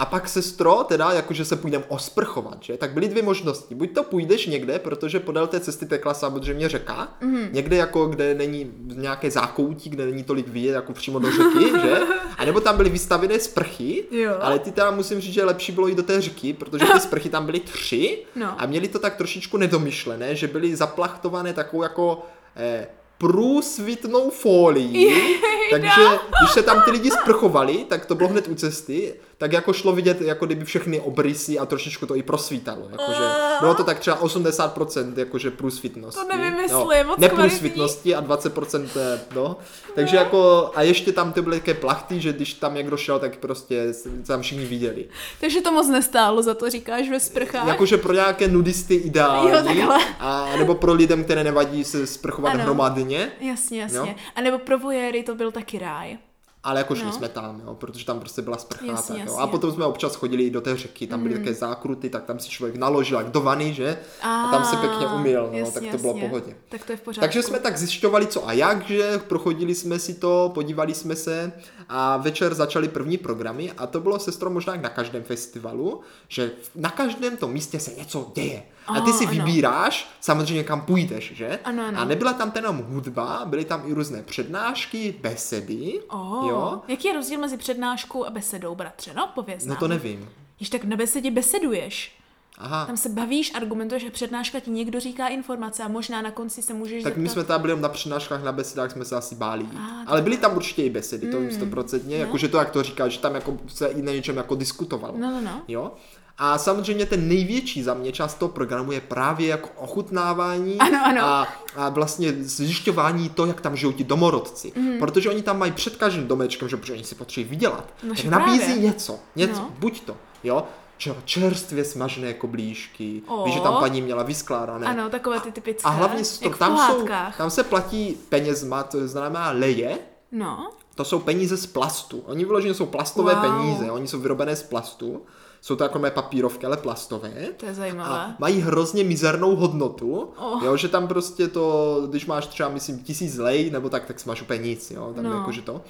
Speaker 1: A pak sestro, teda jakože se půjdem osprchovat, že? Tak byly dvě možnosti. Buď to půjdeš někde, protože podél té cesty tekla samozřejmě řeka,
Speaker 2: Mhm.
Speaker 1: mm. někde jako, kde není nějaké zákoutí, kde není tolik vidět, jako přímo do řeky, že? A nebo tam byly vystavené sprchy,
Speaker 2: Jo.
Speaker 1: ale ty teda musím říct, že lepší bylo jít do té řeky, protože ty sprchy tam byly tři
Speaker 2: No.
Speaker 1: a měli to tak trošičku nedomyšlené, že byly zaplachtované takovou jako... Eh, průsvitnou fólií, takže když se tam ty lidi sprchovali, tak to bylo hned u cesty, tak jako šlo vidět jako kdyby všechny obrysy a trošičku to i prosvítalo, jakože bylo to tak třeba 80% jakože průsvitnosti.
Speaker 2: To nevymyslím, moc
Speaker 1: Neprůsvitnosti No, a 20% eh, no, takže jako a ještě tam ty byly také plachty, že když tam někdo šel, tak prostě se tam všichni viděli.
Speaker 2: Takže to moc nestálo za to, říkáš ve sprchách.
Speaker 1: Jakože pro nějaké nudisty ideální,
Speaker 2: Jo, takhle.
Speaker 1: a, nebo pro lidem, které nevadí se sprchovat
Speaker 2: Ano.
Speaker 1: hromadně.
Speaker 2: Jasně, jasně.
Speaker 1: Jo.
Speaker 2: No? A nebo pro vojery to byl taky ráj.
Speaker 1: Ale jako šli
Speaker 2: No.
Speaker 1: jsme tam, jo, protože tam prostě byla sprcha.
Speaker 2: Jasně,
Speaker 1: tak, jo.
Speaker 2: jasně. Mhm.
Speaker 1: A potom jsme občas chodili i do té řeky, tam byly také zákruty, tak tam si člověk naložil jak do vany, že? A tam se
Speaker 2: Ah,
Speaker 1: pěkně umyl, no, tak to bylo v pohodě.
Speaker 2: Tak to je v pořádku.
Speaker 1: Takže jsme tak zjišťovali, co a jak, že prochodili jsme si to, podívali jsme se a večer začaly první programy a to bylo sestro možná jak na každém festivalu, že na každém tom místě se něco děje. A ty
Speaker 2: Aha,
Speaker 1: si
Speaker 2: ano.
Speaker 1: vybíráš samozřejmě, kam půjdeš, že?
Speaker 2: Ano, ano.
Speaker 1: A nebyla tam ten jenom hudba, byly tam i různé přednášky, besedy.
Speaker 2: Oh,
Speaker 1: Jo?
Speaker 2: jo? Jaký je rozdíl mezi přednáškou a besedou, bratře? No, pověz
Speaker 1: No
Speaker 2: nám.
Speaker 1: to nevím.
Speaker 2: Když tak na besedě beseduješ.
Speaker 1: Aha,
Speaker 2: Tam se bavíš, argumentuješ a přednáška ti někdo říká informace a možná na konci se můžeš
Speaker 1: tak
Speaker 2: zeptat.
Speaker 1: my jsme tam byli jenom na přednáškách, na besedách jsme se asi báli jít.
Speaker 2: A, tak. Hmm.
Speaker 1: Ale byly tam určitě i besedy, to vím stoprocentně, jakože to, jak to říkáš, že tam jako se i na něčem jako diskutovalo.
Speaker 2: No, no, no.
Speaker 1: Jo? A samozřejmě ten největší za mě část toho programu je právě jako ochutnávání
Speaker 2: Ano, ano.
Speaker 1: A, a vlastně zjišťování to, jak tam žijou ti domorodci.
Speaker 2: Hmm.
Speaker 1: Mm. Protože oni tam mají před každým domečkem, že protože oni si potřebují vydělat.
Speaker 2: No,
Speaker 1: tak
Speaker 2: že
Speaker 1: nabízí
Speaker 2: právě.
Speaker 1: něco, něco,
Speaker 2: No.
Speaker 1: buď to, jo, Čo- čerstvě smažené koblížky,
Speaker 2: O.
Speaker 1: víš, že tam paní měla vyskládané.
Speaker 2: Ano, takové ty typické.
Speaker 1: A hlavně s-
Speaker 2: jak v
Speaker 1: tam, jsou,
Speaker 2: pohádkách.
Speaker 1: tam se platí penězma, to znamená leje,
Speaker 2: No,
Speaker 1: to jsou peníze z plastu. Oni vyloženě jsou plastové
Speaker 2: Wow.
Speaker 1: peníze, oni jsou vyrobené z plastu. Jsou to jako mé papírovky, ale plastové.
Speaker 2: to je zajímavé.
Speaker 1: A no, mají hrozně mizernou hodnotu,
Speaker 2: Oh.
Speaker 1: jo, že tam prostě to, když máš třeba, myslím, tisíc lej, nebo tak, tak si máš úplně nic, jo, tam
Speaker 2: No.
Speaker 1: jakože to.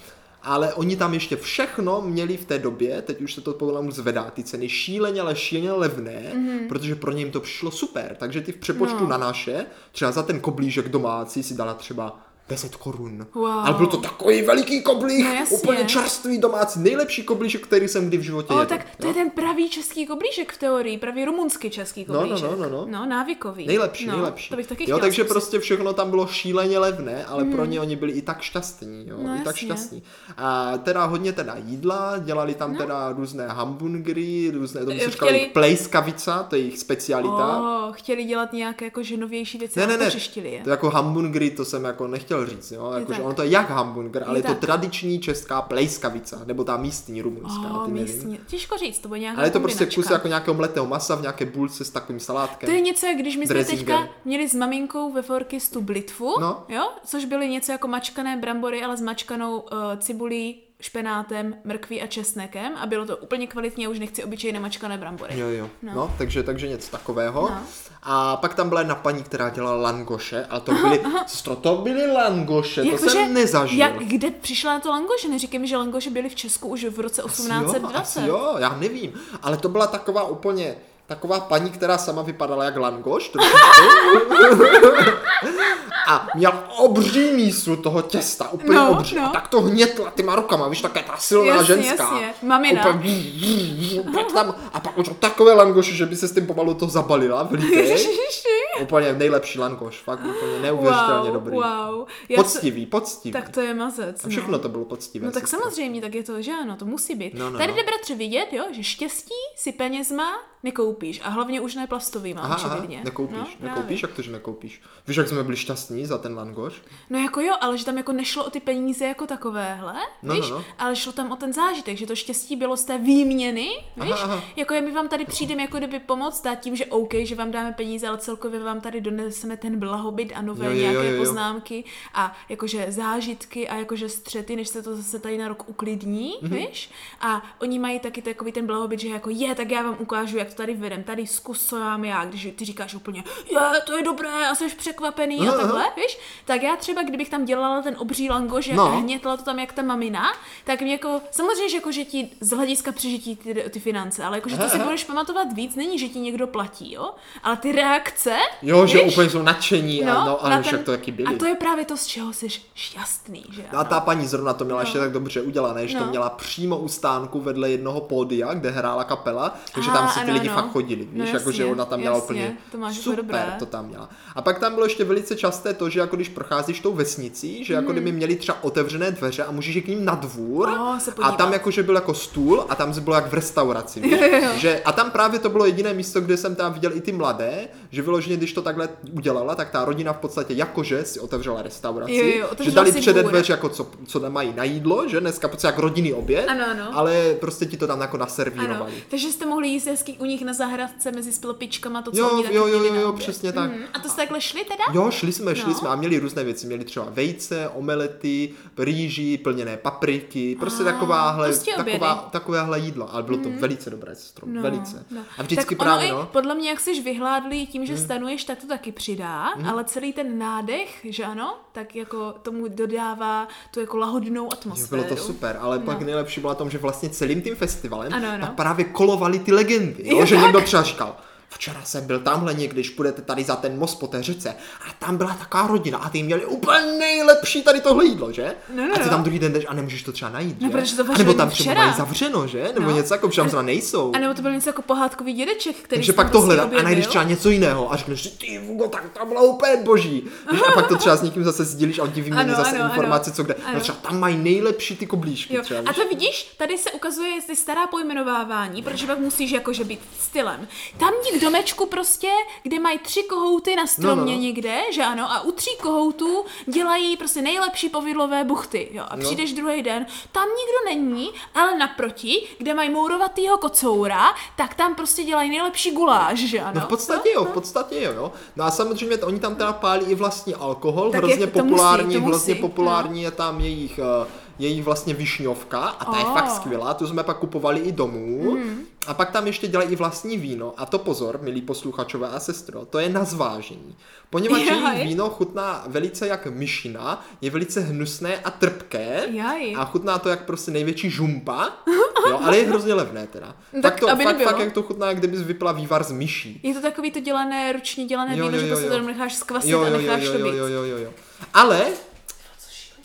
Speaker 1: Ale oni tam ještě všechno měli v té době, teď už se to podle mě zvedá, ty ceny šíleně, ale šíleně levné, mm-hmm. protože pro ně jim to přišlo super. Takže ty v přepočtu
Speaker 2: Mhm. No.
Speaker 1: na naše, třeba za ten koblížek domácí si dala třeba 10 korun.
Speaker 2: Wow.
Speaker 1: Ale byl to takový veliký koblík,
Speaker 2: No jasně.
Speaker 1: úplně čerstvý domácí, nejlepší koblížek, který jsem kdy v životě
Speaker 2: O,
Speaker 1: jedl.
Speaker 2: tak to
Speaker 1: jo.
Speaker 2: je ten pravý český koblížek v teorii, pravý rumunský český
Speaker 1: No, no,
Speaker 2: koblížek.
Speaker 1: no, no, no.
Speaker 2: No, návykový.
Speaker 1: Nejlepší,
Speaker 2: no,
Speaker 1: nejlepší.
Speaker 2: To bych taky
Speaker 1: jo,
Speaker 2: chtěla
Speaker 1: takže
Speaker 2: zkusit. Hmm.
Speaker 1: prostě všechno tam bylo šíleně levné, ale pro ně oni byli i tak šťastní, jo,
Speaker 2: No,
Speaker 1: i tak
Speaker 2: jasně.
Speaker 1: šťastní. A teda hodně teda jídla, dělali tam teda různé hamburgery, různé, tomu se
Speaker 2: No. Jo,
Speaker 1: říkali
Speaker 2: chtěli-
Speaker 1: plejskavica, to je jejich specialita.
Speaker 2: O, chtěli dělat nějaké jako že novější věci,
Speaker 1: Ne,
Speaker 2: ale
Speaker 1: ne, ne,
Speaker 2: počištili je.
Speaker 1: to jako hamburgery, to jsem jako nechtěl říct, jo, jako, že
Speaker 2: tak.
Speaker 1: ono to je jak hamburger, ale je, to
Speaker 2: tak.
Speaker 1: tradiční česká plejskavica, nebo ta místní rumunská,
Speaker 2: O,
Speaker 1: ty nevím.
Speaker 2: místně. Těžko říct, to bude nějaká
Speaker 1: Ale je to prostě kus
Speaker 2: kombinačka.
Speaker 1: jako nějakého mletého masa v nějaké bulce s takovým salátkem.
Speaker 2: To je něco, jak když my jsme
Speaker 1: Dressingem.
Speaker 2: teďka měli s maminkou ve Forkistu blitvu,
Speaker 1: No.
Speaker 2: jo? což byly něco jako mačkané brambory, ale s mačkanou uh, cibulí, špenátem, mrkví a česnekem a bylo to úplně kvalitně, já už nechci obyčejné mačkané brambory.
Speaker 1: Jo, jo. No,
Speaker 2: No.
Speaker 1: no takže, takže něco takového. No.
Speaker 2: No.
Speaker 1: A pak tam byla jedna paní, která dělala langoše, ale to
Speaker 2: [laughs]
Speaker 1: byly, sestro, to byly langoše, to
Speaker 2: Jakože-
Speaker 1: jsem nezažil.
Speaker 2: Jak, kde přišla na to langoše? Neříkej mi, že langoše byly v Česku už v roce
Speaker 1: Asi jo,
Speaker 2: 1820.
Speaker 1: asi
Speaker 2: [laughs]
Speaker 1: jo, já nevím, ale to byla taková úplně, taková paní, která sama vypadala jak langoš, trošičku. [laughs] A měla obří mísu toho těsta, úplně
Speaker 2: No,
Speaker 1: obří. A
Speaker 2: no.
Speaker 1: tak to hnětla těma rukama, víš, také ta silná
Speaker 2: Jasně,
Speaker 1: ženská.
Speaker 2: jasně, mamina.
Speaker 1: Úplně, úplně tam, a pak už takové langoši, že by se s tím pomalu to zabalila v lítej.
Speaker 2: [laughs] Ježiši.
Speaker 1: Úplně nejlepší lankoš, fakt úplně neuvěřitelně
Speaker 2: wow,
Speaker 1: dobrý.
Speaker 2: Wow.
Speaker 1: Poctivý, poctivý.
Speaker 2: Tak to je mazec.
Speaker 1: A
Speaker 2: no.
Speaker 1: všechno to bylo poctivé.
Speaker 2: No tak
Speaker 1: sice.
Speaker 2: samozřejmě, tak je to, že ano, to musí být.
Speaker 1: No, no,
Speaker 2: Tady
Speaker 1: no.
Speaker 2: jde bratře vidět, jo, že štěstí si penězma nekoupíš a hlavně už ne plastovýma,
Speaker 1: Aha, aha,
Speaker 2: očividně.
Speaker 1: nekoupíš,
Speaker 2: no,
Speaker 1: nekoupíš, jak to, že nekoupíš? Víš, jak jsme byli šťastní za ten langoš?
Speaker 2: No jako jo, ale že tam jako nešlo o ty peníze jako takovéhle,
Speaker 1: No,
Speaker 2: víš?
Speaker 1: no, no.
Speaker 2: Ale šlo tam o ten zážitek, že to štěstí bylo z té výměny, víš?
Speaker 1: aha.
Speaker 2: Jako my vám tady přijdeme jako kdyby pomoct dát tím, že OK, že vám dáme peníze, ale celkově vám tady doneseme ten blahobyt a nové
Speaker 1: Jo,
Speaker 2: jo,
Speaker 1: jo, jo,
Speaker 2: nějaké
Speaker 1: jo, jo.
Speaker 2: poznámky a jakože zážitky a jakože střety, než se to zase tady na rok uklidní,
Speaker 1: Mhm.
Speaker 2: mm-hmm. víš? A oni mají taky takový ten blahobyt, že jako je, tak já vám ukážu, jak to tady vedem, tady zkus, co vám já, když ty říkáš úplně, je, to je dobré a jsi překvapený
Speaker 1: Aha,
Speaker 2: a
Speaker 1: aha.
Speaker 2: takhle, víš? Tak já třeba, kdybych tam dělala ten obří langoš
Speaker 1: No.
Speaker 2: no. a hnětla to tam jak ta mamina, tak mě jako, samozřejmě, že jako, že ti z hlediska přežití ty, ty finance, ale jako, že to
Speaker 1: Aha, [laughs]
Speaker 2: si
Speaker 1: aha.
Speaker 2: budeš pamatovat víc, není, že ti někdo platí, jo? Ale ty reakce,
Speaker 1: Jo, že
Speaker 2: víš?
Speaker 1: úplně jsou nadšení, no, a, no, ale
Speaker 2: na
Speaker 1: ten... však to jaký byli.
Speaker 2: A to je právě to, z čeho jsi šťastný, že
Speaker 1: A ta paní zrovna to měla ještě tak dobře udělané, že to
Speaker 2: No.
Speaker 1: měla přímo u stánku vedle jednoho pódia, kde hrála kapela, takže
Speaker 2: Ah,
Speaker 1: tam si ty
Speaker 2: ano,
Speaker 1: lidi
Speaker 2: no.
Speaker 1: fakt chodili, víš,
Speaker 2: No
Speaker 1: jako že
Speaker 2: jasně,
Speaker 1: ona tam měla
Speaker 2: jasně,
Speaker 1: úplně
Speaker 2: to máš jako
Speaker 1: super,
Speaker 2: dobré.
Speaker 1: to tam měla. A pak tam bylo ještě velice časté to, že jako když procházíš tou vesnicí, že
Speaker 2: Mhm.
Speaker 1: jako kdyby měli třeba otevřené dveře a můžeš jít k ním na dvůr
Speaker 2: Oh, se
Speaker 1: a
Speaker 2: podívat.
Speaker 1: tam jako že byl jako stůl a tam bylo jak v restauraci, víš,
Speaker 2: [laughs] Jo, jo, jo.
Speaker 1: že a tam právě to bylo jediné místo, kde jsem tam viděl i ty mladé, že vyloženě když to takhle udělala, tak ta rodina v podstatě jakože si otevřela restauraci,
Speaker 2: Jo, jo, jo,
Speaker 1: že
Speaker 2: otevřela
Speaker 1: dali
Speaker 2: si
Speaker 1: přede
Speaker 2: dvůr.
Speaker 1: dveře jako co, co tam mají na jídlo, že dneska prostě jak rodinný oběd,
Speaker 2: Ano, ano.
Speaker 1: ale prostě ti to tam jako
Speaker 2: Ano,
Speaker 1: naservírovali.
Speaker 2: takže jste mohli jíst hezky u nich na zahradce mezi splpičkama, to, co
Speaker 1: Jo,
Speaker 2: oni taky
Speaker 1: jo, jo,
Speaker 2: měli
Speaker 1: jo,
Speaker 2: na
Speaker 1: jo,
Speaker 2: oběd.
Speaker 1: přesně tak.
Speaker 2: Mhm. A to jste takhle šli teda?
Speaker 1: Jo, šli jsme, šli
Speaker 2: No.
Speaker 1: jsme a měli různé věci. Měli třeba vejce, omelety, rýži, plněné papriky, prostě
Speaker 2: Ah,
Speaker 1: takováhle,
Speaker 2: prostě obědy. Mhm.
Speaker 1: taková, takovéhle jídlo. Ale bylo to velice dobré, sestro,
Speaker 2: No,
Speaker 1: velice.
Speaker 2: no.
Speaker 1: A vždycky
Speaker 2: tak
Speaker 1: právě,
Speaker 2: ono i
Speaker 1: no. Hmm.
Speaker 2: podle mě, jak jsi vyhládlý tím, že stanuješ, tak to taky přidá, ale celý ten nádech, že ano, tak jako tomu dodává tu jako lahodnou
Speaker 1: Jo,
Speaker 2: atmosféru.
Speaker 1: Bylo to super, ale pak nejlepší bylo na tom, že vlastně celým tím festivalem
Speaker 2: No. Ano, ano.
Speaker 1: tak právě kolovaly ty legendy. Jo,
Speaker 2: Jo,
Speaker 1: že
Speaker 2: tak.
Speaker 1: někdo třeba říkal, včera jsem byl tamhle někdy, když půjdete tady za ten most po té řece a tam byla taková rodina a ty měli úplně nejlepší tady tohle jídlo, že?
Speaker 2: No, no,
Speaker 1: a ty
Speaker 2: no.
Speaker 1: tam druhý den jdeš a nemůžeš to třeba najít,
Speaker 2: No,
Speaker 1: že?
Speaker 2: protože to
Speaker 1: a nebo
Speaker 2: vařili
Speaker 1: tam třeba
Speaker 2: včera.
Speaker 1: mají zavřeno, že? Nebo
Speaker 2: No.
Speaker 1: něco jako, protože tam třeba nejsou.
Speaker 2: A nebo to byl něco jako pohádkový dědeček, který
Speaker 1: Takže
Speaker 2: se tam
Speaker 1: pak to
Speaker 2: prostě
Speaker 1: hledám a najdeš
Speaker 2: objevil.
Speaker 1: třeba něco jiného a řekneš si, ty Vugo, tak tam bylo úplně boží. Víš, a pak to třeba s někým zase sdílíš a on ti vymění
Speaker 2: Ano,
Speaker 1: zase
Speaker 2: ano, ano.
Speaker 1: informace, co kde. No
Speaker 2: Ano.
Speaker 1: třeba tam mají nejlepší ty koblížky.
Speaker 2: Jo.
Speaker 1: Třeba,
Speaker 2: A
Speaker 1: víš?
Speaker 2: to vidíš, tady se ukazuje ty stará pojmenovávání, protože pak musíš jakože být stylem. Tam dík domečku prostě, kde mají tři kohouty na stromě
Speaker 1: No, no.
Speaker 2: někde, že ano, a u tří kohoutů dělají prostě nejlepší povidlové buchty, jo. A přijdeš druhý den, tam nikdo není, ale naproti, kde mají mourovatýho kocoura, tak tam prostě dělají nejlepší guláš, že ano.
Speaker 1: No v podstatě jo, v podstatě jo, jo. No a samozřejmě t- oni tam teda pálí i vlastně alkohol,
Speaker 2: Tak
Speaker 1: hrozně
Speaker 2: jak- to musí,
Speaker 1: populární,
Speaker 2: to musí,
Speaker 1: hrozně
Speaker 2: no.
Speaker 1: populární je tam jejich, eh, jejich vlastně višňovka a ta je
Speaker 2: Oh.
Speaker 1: fakt skvělá, tu jsme pak kupovali i domů.
Speaker 2: Mhm.
Speaker 1: A pak tam ještě dělají i vlastní víno. A to pozor, milí posluchačové a sestro, to je na zvážení. Poněvadž jejich
Speaker 2: Jaj.
Speaker 1: víno chutná velice jak myšina, je velice hnusné a trpké
Speaker 2: Jaj.
Speaker 1: a chutná to jak prostě největší žumpa, jo, ale je hrozně levné
Speaker 2: [laughs]
Speaker 1: teda.
Speaker 2: No
Speaker 1: tak,
Speaker 2: tak
Speaker 1: to
Speaker 2: aby
Speaker 1: fakt,
Speaker 2: nebylo.
Speaker 1: fakt jak to chutná, jak kdybys vypila vývar z myší.
Speaker 2: Je to takový to dělané, ručně dělané
Speaker 1: Jo,
Speaker 2: víno,
Speaker 1: jo,
Speaker 2: že
Speaker 1: jo,
Speaker 2: prostě
Speaker 1: jo.
Speaker 2: to jenom necháš skvasit
Speaker 1: jo,
Speaker 2: a
Speaker 1: jo, jo,
Speaker 2: necháš
Speaker 1: jo,
Speaker 2: to
Speaker 1: jo,
Speaker 2: být.
Speaker 1: jo, jo, jo, jo. Ale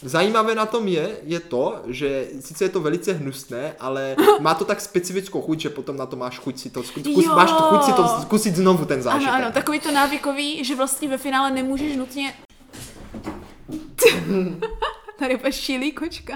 Speaker 1: zajímavé na tom je, je to, že sice je to velice hnusné,
Speaker 2: [laughs]
Speaker 1: ale má to tak specifickou chuť, že potom na to máš chuť si to, kus,
Speaker 2: Jo.
Speaker 1: máš to chuť si to zkusit znovu ten zážitek.
Speaker 2: Ano, ano, takový to návykový, že vlastně ve finále nemůžeš nutně... [laughs] Tady úplně šílí kočka.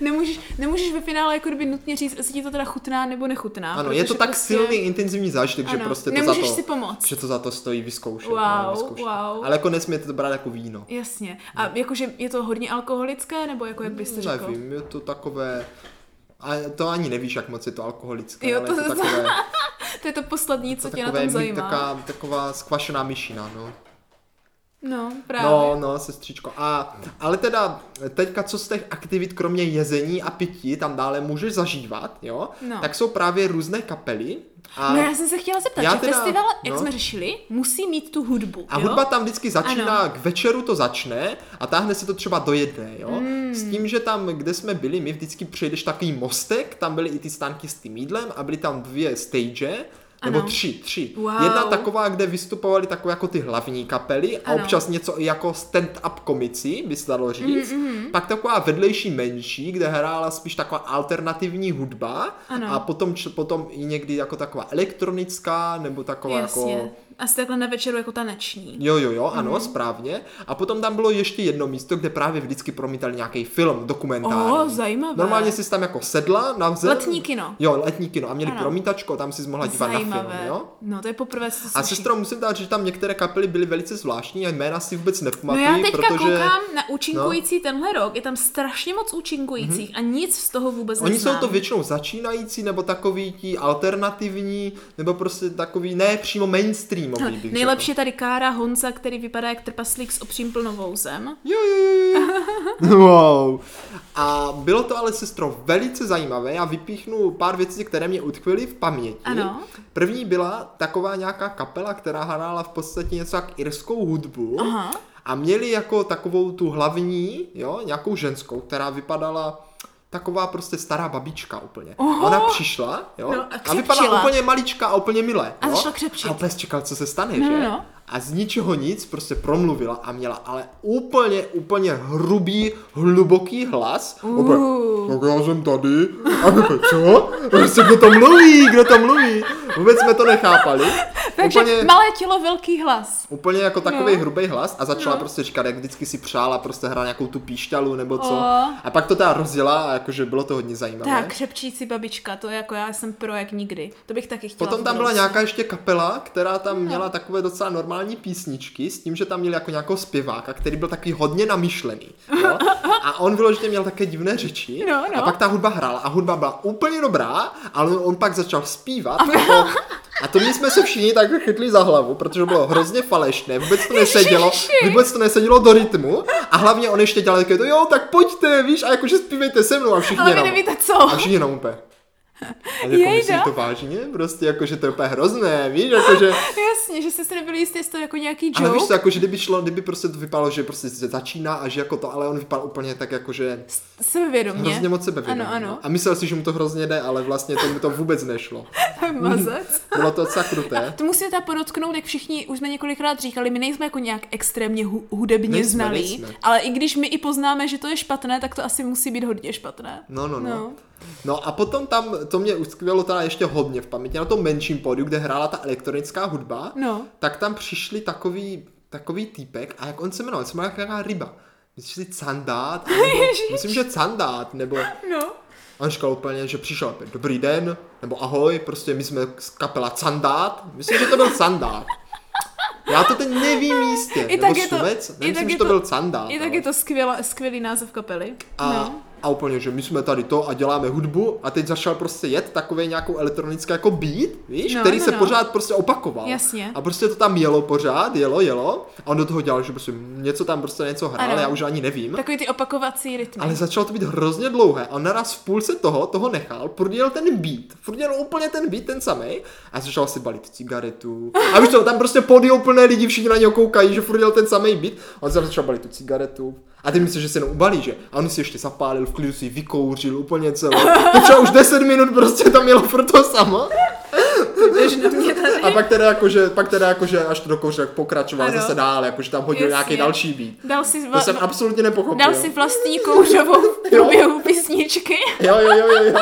Speaker 2: Nemůžeš, nemůžeš ve finále jako kdyby nutně říct, jestli ti to teda chutná nebo nechutná.
Speaker 1: ano je to
Speaker 2: protože
Speaker 1: tak
Speaker 2: prostě-
Speaker 1: silný, intenzivní zážitek, že
Speaker 2: Ano,
Speaker 1: prostě to za
Speaker 2: nemůžeš
Speaker 1: to,
Speaker 2: si pomoct.
Speaker 1: že to za to stojí vyzkoušet. no,
Speaker 2: Wow,
Speaker 1: vyzkoušet.
Speaker 2: wow.
Speaker 1: Ale jako nesmíte to brát jako víno.
Speaker 2: Jasně. A jakože je to hodně alkoholické, nebo jako jak byste řekl?
Speaker 1: Hmm, Nevím, je to takové... A to ani nevíš, jak moc je to alkoholické,
Speaker 2: Jo,
Speaker 1: ale
Speaker 2: to [laughs]
Speaker 1: je to
Speaker 2: se-
Speaker 1: takové,
Speaker 2: To je to poslední, co tě na
Speaker 1: takové
Speaker 2: tom
Speaker 1: mít
Speaker 2: zajímá.
Speaker 1: taká, taková skvašená myšina, no.
Speaker 2: No, právě.
Speaker 1: No, no, sestřičko. A, ale teda teďka, co z těch aktivit, kromě jezení a pití, tam dále můžeš zažívat, jo?
Speaker 2: No.
Speaker 1: Tak jsou právě různé kapely. A,
Speaker 2: No já jsem se chtěla zeptat,
Speaker 1: Já
Speaker 2: že
Speaker 1: teda-
Speaker 2: festival, jak
Speaker 1: no.
Speaker 2: jsme řešili, musí mít tu hudbu,
Speaker 1: a
Speaker 2: jo?
Speaker 1: hudba tam vždycky začíná,
Speaker 2: Ano.
Speaker 1: k večeru to začne a táhne se to třeba do jedné, jo?
Speaker 2: Hmm.
Speaker 1: S tím, že tam, kde jsme byli, my vždycky přejdeš takový mostek, tam byly i ty stánky s tím jídlem a byly tam dvě stage, Nebo
Speaker 2: Ano.
Speaker 1: tři, tři.
Speaker 2: Wow.
Speaker 1: Jedna taková, kde vystupovaly takové jako ty hlavní kapely a
Speaker 2: Ano.
Speaker 1: občas něco i jako stand-up komici, by se dalo říct.
Speaker 2: Mm,
Speaker 1: Mm-hmm. Pak taková vedlejší menší, kde hrála spíš taková alternativní hudba
Speaker 2: Ano.
Speaker 1: a potom, č- potom i někdy jako taková elektronická nebo taková
Speaker 2: Jasně.
Speaker 1: jako...
Speaker 2: Asi takhle na večeru jako taneční.
Speaker 1: Jo, jo, jo,
Speaker 2: Mhm.
Speaker 1: ano, správně. A potom tam bylo ještě jedno místo, kde právě vždycky promítali nějaký film, dokumentární.
Speaker 2: O, zajímavé.
Speaker 1: Normálně jsi tam jako sedla na vzem.
Speaker 2: Letní kino.
Speaker 1: Jo, letní kino. A měli
Speaker 2: Ano.
Speaker 1: promítačko, tam si mohla dívat na
Speaker 2: Zajímavé.
Speaker 1: film, jo?
Speaker 2: No to je poprvé, co to
Speaker 1: A
Speaker 2: slyším.
Speaker 1: sestro, musím dát, že tam některé kapely byly velice zvláštní a jména si vůbec
Speaker 2: No
Speaker 1: nepamatuji,
Speaker 2: já teďka
Speaker 1: protože No.
Speaker 2: koukám na účinkující tenhle rok, je tam strašně moc účinkujících a nic z toho vůbec
Speaker 1: Mhm. oni
Speaker 2: neznám.
Speaker 1: jsou to většinou začínající nebo takový ti alternativní, nebo prostě takový ne přímo mainstreamový. Bych
Speaker 2: No, Nejlepší je tady Kára Honza, který vypadá jak trpaslík s opřím plnou vouzem.
Speaker 1: Řekl. Jo, jo, jo,
Speaker 2: [laughs]
Speaker 1: jo. wow. A bylo to ale, sestro, velice zajímavé. Já vypíchnu pár věcí, které mě utkvily v paměti.
Speaker 2: Ano.
Speaker 1: První byla taková nějaká kapela, která hrála v podstatě něco jak irskou hudbu.
Speaker 2: Aha.
Speaker 1: A měli jako takovou tu hlavní, jo, nějakou ženskou, která vypadala taková prostě stará babička úplně.
Speaker 2: Oho.
Speaker 1: Ona přišla, jo,
Speaker 2: No, a
Speaker 1: a vypadala
Speaker 2: křepčila.
Speaker 1: úplně malička a úplně milé.
Speaker 2: A
Speaker 1: jo.
Speaker 2: začala křepčit.
Speaker 1: A úplně jsi čekal, co se stane,
Speaker 2: No,
Speaker 1: že?
Speaker 2: no, no.
Speaker 1: A z ničeho nic prostě promluvila a měla ale úplně, úplně hrubý, hluboký hlas.
Speaker 2: Uh.
Speaker 1: Úplně, tak já jsem tady. A my úplně, co? Prostě kdo to mluví, kdo to mluví? Vůbec jsme to nechápali.
Speaker 2: [laughs] Takže
Speaker 1: úplně...
Speaker 2: malé tělo, velký hlas.
Speaker 1: Úplně jako takový
Speaker 2: No.
Speaker 1: no. hrubý hlas a začala
Speaker 2: No.
Speaker 1: no. prostě říkat, jak vždycky si přála prostě hrát nějakou tu píšťalu nebo co.
Speaker 2: O.
Speaker 1: A pak to teda rozjela a jakože bylo to hodně zajímavé.
Speaker 2: Tak, křepčící babička, to je jako já jsem pro jak nikdy. To bych taky chtěla.
Speaker 1: Potom
Speaker 2: v
Speaker 1: tam byla
Speaker 2: budoucnu.
Speaker 1: nějaká ještě kapela, která tam měla takové docela normální písničky, s tím, že tam měli jako nějakého zpěváka, který byl takový hodně namyšlený.
Speaker 2: [laughs]
Speaker 1: Jo? A on vyloženě měl také divné řeči.
Speaker 2: No, no.
Speaker 1: A pak ta hudba hrála a hudba byla úplně dobrá, ale on pak začal zpívat. Jako, a to my jsme se všichni tak chytli za hlavu, protože bylo hrozně falešné, vůbec to nesedělo,
Speaker 2: Ježiši.
Speaker 1: vůbec to nesedělo do rytmu a hlavně on ještě dělal takové to, jo, tak pojďte, víš, a jakože zpívejte se mnou a všichni
Speaker 2: Ale vy
Speaker 1: jenom-
Speaker 2: nevíte co.
Speaker 1: a všichni jenom úplně. A
Speaker 2: Jejda.
Speaker 1: jako myslím to vážně, prostě jako, že to je úplně hrozné, víš, jako, jakože,
Speaker 2: [laughs] Jasně, že jste si nebyli jistý, jestli to je jako nějaký
Speaker 1: ale víš
Speaker 2: joke.
Speaker 1: co, jako, že kdyby šlo, kdyby prostě to vypadalo, že prostě se začíná a že jako to, ale on vypadal úplně tak jako, že
Speaker 2: Sebevědomě.
Speaker 1: hrozně moc sebe
Speaker 2: Ano, ano.
Speaker 1: A myslel si, že mu to hrozně jde, ale vlastně to mu to vůbec nešlo.
Speaker 2: [laughs] Mazec.
Speaker 1: Bylo to docela kruté.
Speaker 2: To musím teda podotknout, jak všichni už jsme několikrát říkali, my nejsme jako nějak extrémně hu- hudebně
Speaker 1: Nejsme,
Speaker 2: znalí,
Speaker 1: nejsme.
Speaker 2: ale i když my i poznáme, že to je špatné, tak to asi musí být hodně špatné.
Speaker 1: No, no, no.
Speaker 2: No.
Speaker 1: no. No a potom tam, to mě uskvělo teda ještě hodně v paměti, na tom menším pódiu, kde hrála ta elektronická hudba,
Speaker 2: No.
Speaker 1: tak tam přišli takový, takový týpek, a jak on se jmenoval, on se jmenoval jak nějaká ryba. Myslím, že
Speaker 2: [laughs]
Speaker 1: candát, nebo,
Speaker 2: Ježiš.
Speaker 1: myslím, že candát, nebo
Speaker 2: No.
Speaker 1: a on říkal úplně, že přišel, opět, dobrý den, nebo ahoj, prostě my jsme z kapela candát, myslím, že to byl candát. Já to teď nevím jistě,
Speaker 2: I
Speaker 1: nebo
Speaker 2: tak je to-
Speaker 1: sumec,
Speaker 2: i
Speaker 1: nemyslím,
Speaker 2: tak je
Speaker 1: že to,
Speaker 2: to-
Speaker 1: byl candát.
Speaker 2: I
Speaker 1: ale-
Speaker 2: tak je to skvělá, skvělý název kapely.
Speaker 1: no. a,
Speaker 2: No.
Speaker 1: a úplně, že my jsme tady to a děláme hudbu a teď začal prostě jet takový nějakou elektronický jako beat, víš,
Speaker 2: No,
Speaker 1: no, který
Speaker 2: no,
Speaker 1: no, se
Speaker 2: no.
Speaker 1: pořád prostě opakoval.
Speaker 2: Jasně.
Speaker 1: A prostě to tam jelo pořád, jelo, jelo a on do toho dělal, že prostě něco tam prostě něco hrál,
Speaker 2: Ano.
Speaker 1: já už ani nevím.
Speaker 2: Takový ty opakovací rytmy.
Speaker 1: Ale začalo to být hrozně dlouhé a naraz v půlce toho, toho nechal, furt jel ten beat, furt jel úplně ten beat, ten samý a začal si balit cigaretu. A víš co, tam prostě podio plné lidi, všichni na něho koukají, že furt jel ten samý beat, a on začal balit tu cigaretu. A ty myslíš, že se jenom ubalí, že? A on si ještě zapálil, v klidu si ji vykouřil úplně celou. To třeba už 10 minut prostě tam jelo furt to samo.
Speaker 2: Jdeš na mě tady.
Speaker 1: A pak teda jakože, pak teda jakože až to dokouřil, jak pokračoval
Speaker 2: Ano.
Speaker 1: zase dál, jakože tam hodil
Speaker 2: Jasně.
Speaker 1: nějaký další beat.
Speaker 2: Dal si,
Speaker 1: To
Speaker 2: vla...
Speaker 1: jsem absolutně nepochopil.
Speaker 2: dal si
Speaker 1: [laughs]
Speaker 2: vlastní kouřovou v průběhu písničky.
Speaker 1: Jo, jo, jo, jo, jo.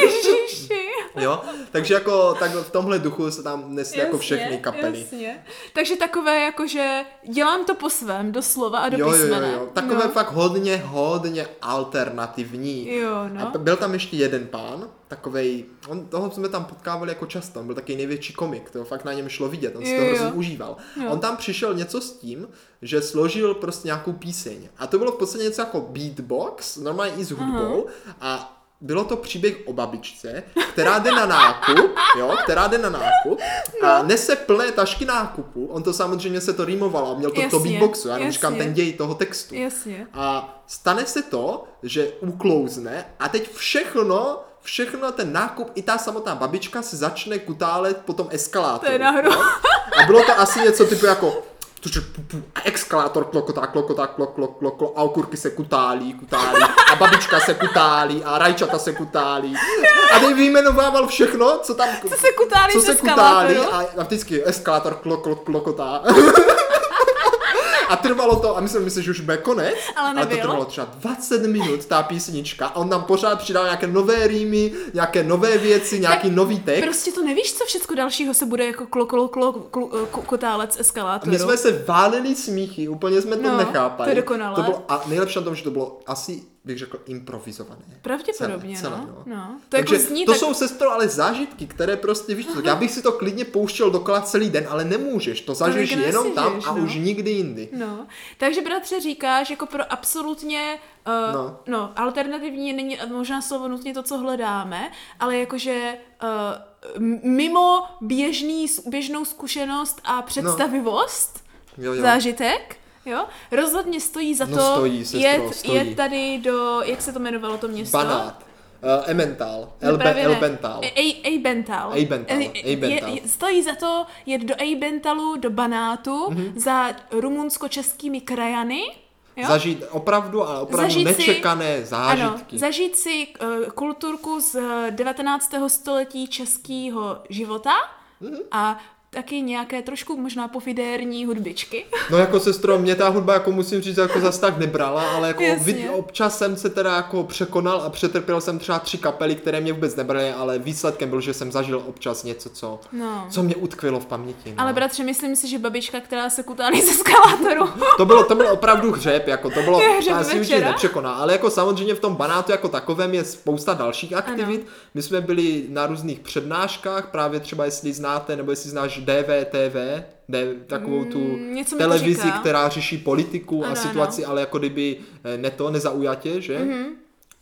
Speaker 2: Ježiši.
Speaker 1: Jo, takže jako tak v tomhle duchu se tam nesly jako všechny kapely.
Speaker 2: Jasně. Takže takové jako, že dělám to po svém, doslova a do
Speaker 1: Jo, jo,
Speaker 2: písmene.
Speaker 1: jo, jo. Takové
Speaker 2: no.
Speaker 1: no. fakt hodně, hodně alternativní.
Speaker 2: Jo, no.
Speaker 1: A p- byl tam ještě jeden pán, takovej, on, toho jsme tam potkávali jako často, on byl takový největší komik, to fakt na něm šlo vidět, on si
Speaker 2: Jo,
Speaker 1: to
Speaker 2: jo.
Speaker 1: hrozně užíval.
Speaker 2: Jo.
Speaker 1: On tam přišel něco s tím, že složil prostě nějakou píseň. A to bylo v podstatě něco jako beatbox, normálně i s hudbou. A bylo to příběh o babičce, která jde na nákup, jo, která jde na nákup a
Speaker 2: No.
Speaker 1: nese plné tašky nákupu. On to samozřejmě se to rýmovalo a měl to
Speaker 2: Jasně,
Speaker 1: to beatboxu, já jenom říkám
Speaker 2: jasně.
Speaker 1: ten děj toho textu.
Speaker 2: Jasně.
Speaker 1: A stane se to, že uklouzne a teď všechno, všechno ten nákup, i ta samotná babička se začne kutálet po tom eskalátoru.
Speaker 2: To je nahoru.
Speaker 1: jo? A bylo to asi něco typu jako tuče, pu, pu, a exkalátor klokotá, klokotá, klok, klok, klok, klok, a okurky se kutálí, kutálí, a babička se kutálí, a rajčata se kutálí. A teď vyjmenovával všechno, co tam...
Speaker 2: Co se kutálí
Speaker 1: co
Speaker 2: z
Speaker 1: se
Speaker 2: eskalátoru.
Speaker 1: kutálí a, a vždycky eskalátor klok, klok, klokotá. A trvalo to, a my jsme mysleli, že už bude konec,
Speaker 2: Ale
Speaker 1: to
Speaker 2: nebyl.
Speaker 1: trvalo třeba 20 minut, ta písnička, a on nám pořád přidal nějaké nové rýmy, nějaké nové věci, nějaký nový text.
Speaker 2: Prostě to nevíš, co všechno dalšího se bude jako klo, klo, klo, klo, eh, ko- kotálec
Speaker 1: A
Speaker 2: eskalátoru.
Speaker 1: My jsme se válili smíchy, úplně jsme to
Speaker 2: No,
Speaker 1: nechápali.
Speaker 2: to je dokonalé.
Speaker 1: To bylo, a nejlepší na tom, že to bylo asi, bych řekl, improvizované.
Speaker 2: Pravděpodobně,
Speaker 1: celé, celé,
Speaker 2: no.
Speaker 1: no.
Speaker 2: no. To
Speaker 1: Takže
Speaker 2: jako zní
Speaker 1: to
Speaker 2: tak...
Speaker 1: jsou sestro ale zážitky, které prostě víš, co, tak já bych si to klidně pouštěl dokola celý den, ale nemůžeš, to zažiješ
Speaker 2: nikdy
Speaker 1: jenom tam
Speaker 2: nezažiješ,
Speaker 1: a
Speaker 2: no.
Speaker 1: už nikdy jindy.
Speaker 2: No, takže bratře říkáš, jako pro absolutně, uh,
Speaker 1: No.
Speaker 2: no. no, alternativní není možná slovo nutně to, co hledáme, ale jakože uh, m- mimo běžný, běžnou zkušenost
Speaker 1: No.
Speaker 2: a představivost,
Speaker 1: Jo,
Speaker 2: no.
Speaker 1: jo.
Speaker 2: zážitek, jo, rozhodně stojí za
Speaker 1: No,
Speaker 2: to
Speaker 1: stojí, sestro,
Speaker 2: jet,
Speaker 1: stojí.
Speaker 2: jet tady do, jak se to jmenovalo to město?
Speaker 1: Banát, uh, Emmental,
Speaker 2: No
Speaker 1: Elbe,
Speaker 2: právě ne.
Speaker 1: Elbental.
Speaker 2: E- Ej- Ejbental.
Speaker 1: Ejbental,
Speaker 2: E- e-
Speaker 1: Ejbental.
Speaker 2: je- je- Stojí za to jet do Ejbentalu, do Banátu,
Speaker 1: Mhm.
Speaker 2: za rumunsko-českými krajany. Jo?
Speaker 1: Zažít opravdu a opravdu
Speaker 2: Zažít si-
Speaker 1: nečekané
Speaker 2: ano,
Speaker 1: zážitky.
Speaker 2: zažít si eh, kulturku z eh, 19. století českého života
Speaker 1: Mhm.
Speaker 2: a taky nějaké trošku možná pofidérní hudbičky.
Speaker 1: No jako sestro, mě ta hudba, jako musím říct, jako zas tak nebrala, ale jako
Speaker 2: Jasně.
Speaker 1: vid, občas jsem se teda jako překonal a přetrpěl jsem třeba tři kapely, které mě vůbec nebraly, ale výsledkem byl, že jsem zažil občas něco, co,
Speaker 2: No.
Speaker 1: co mě utkvilo v paměti. No.
Speaker 2: Ale bratře, myslím si, že babička, která se [laughs] kutálí
Speaker 1: [laughs]
Speaker 2: ze skalátoru.
Speaker 1: To bylo, to bylo opravdu hřeb, jako to bylo,
Speaker 2: Je hřeb
Speaker 1: já si určitě
Speaker 2: večera?
Speaker 1: nepřekoná, ale jako samozřejmě v tom banátu jako takovém je spousta dalších aktivit. Ano. My jsme byli na různých přednáškách, právě třeba jestli znáte, nebo jestli znáš DVTV, D, takovou tu
Speaker 2: Mm, něco mi to
Speaker 1: televizi,
Speaker 2: říká.
Speaker 1: která řeší politiku ano, a
Speaker 2: Ano, Mhm.
Speaker 1: situaci, ano. ale jako kdyby eh, ne to, nezaujatě, že? Mm-hmm.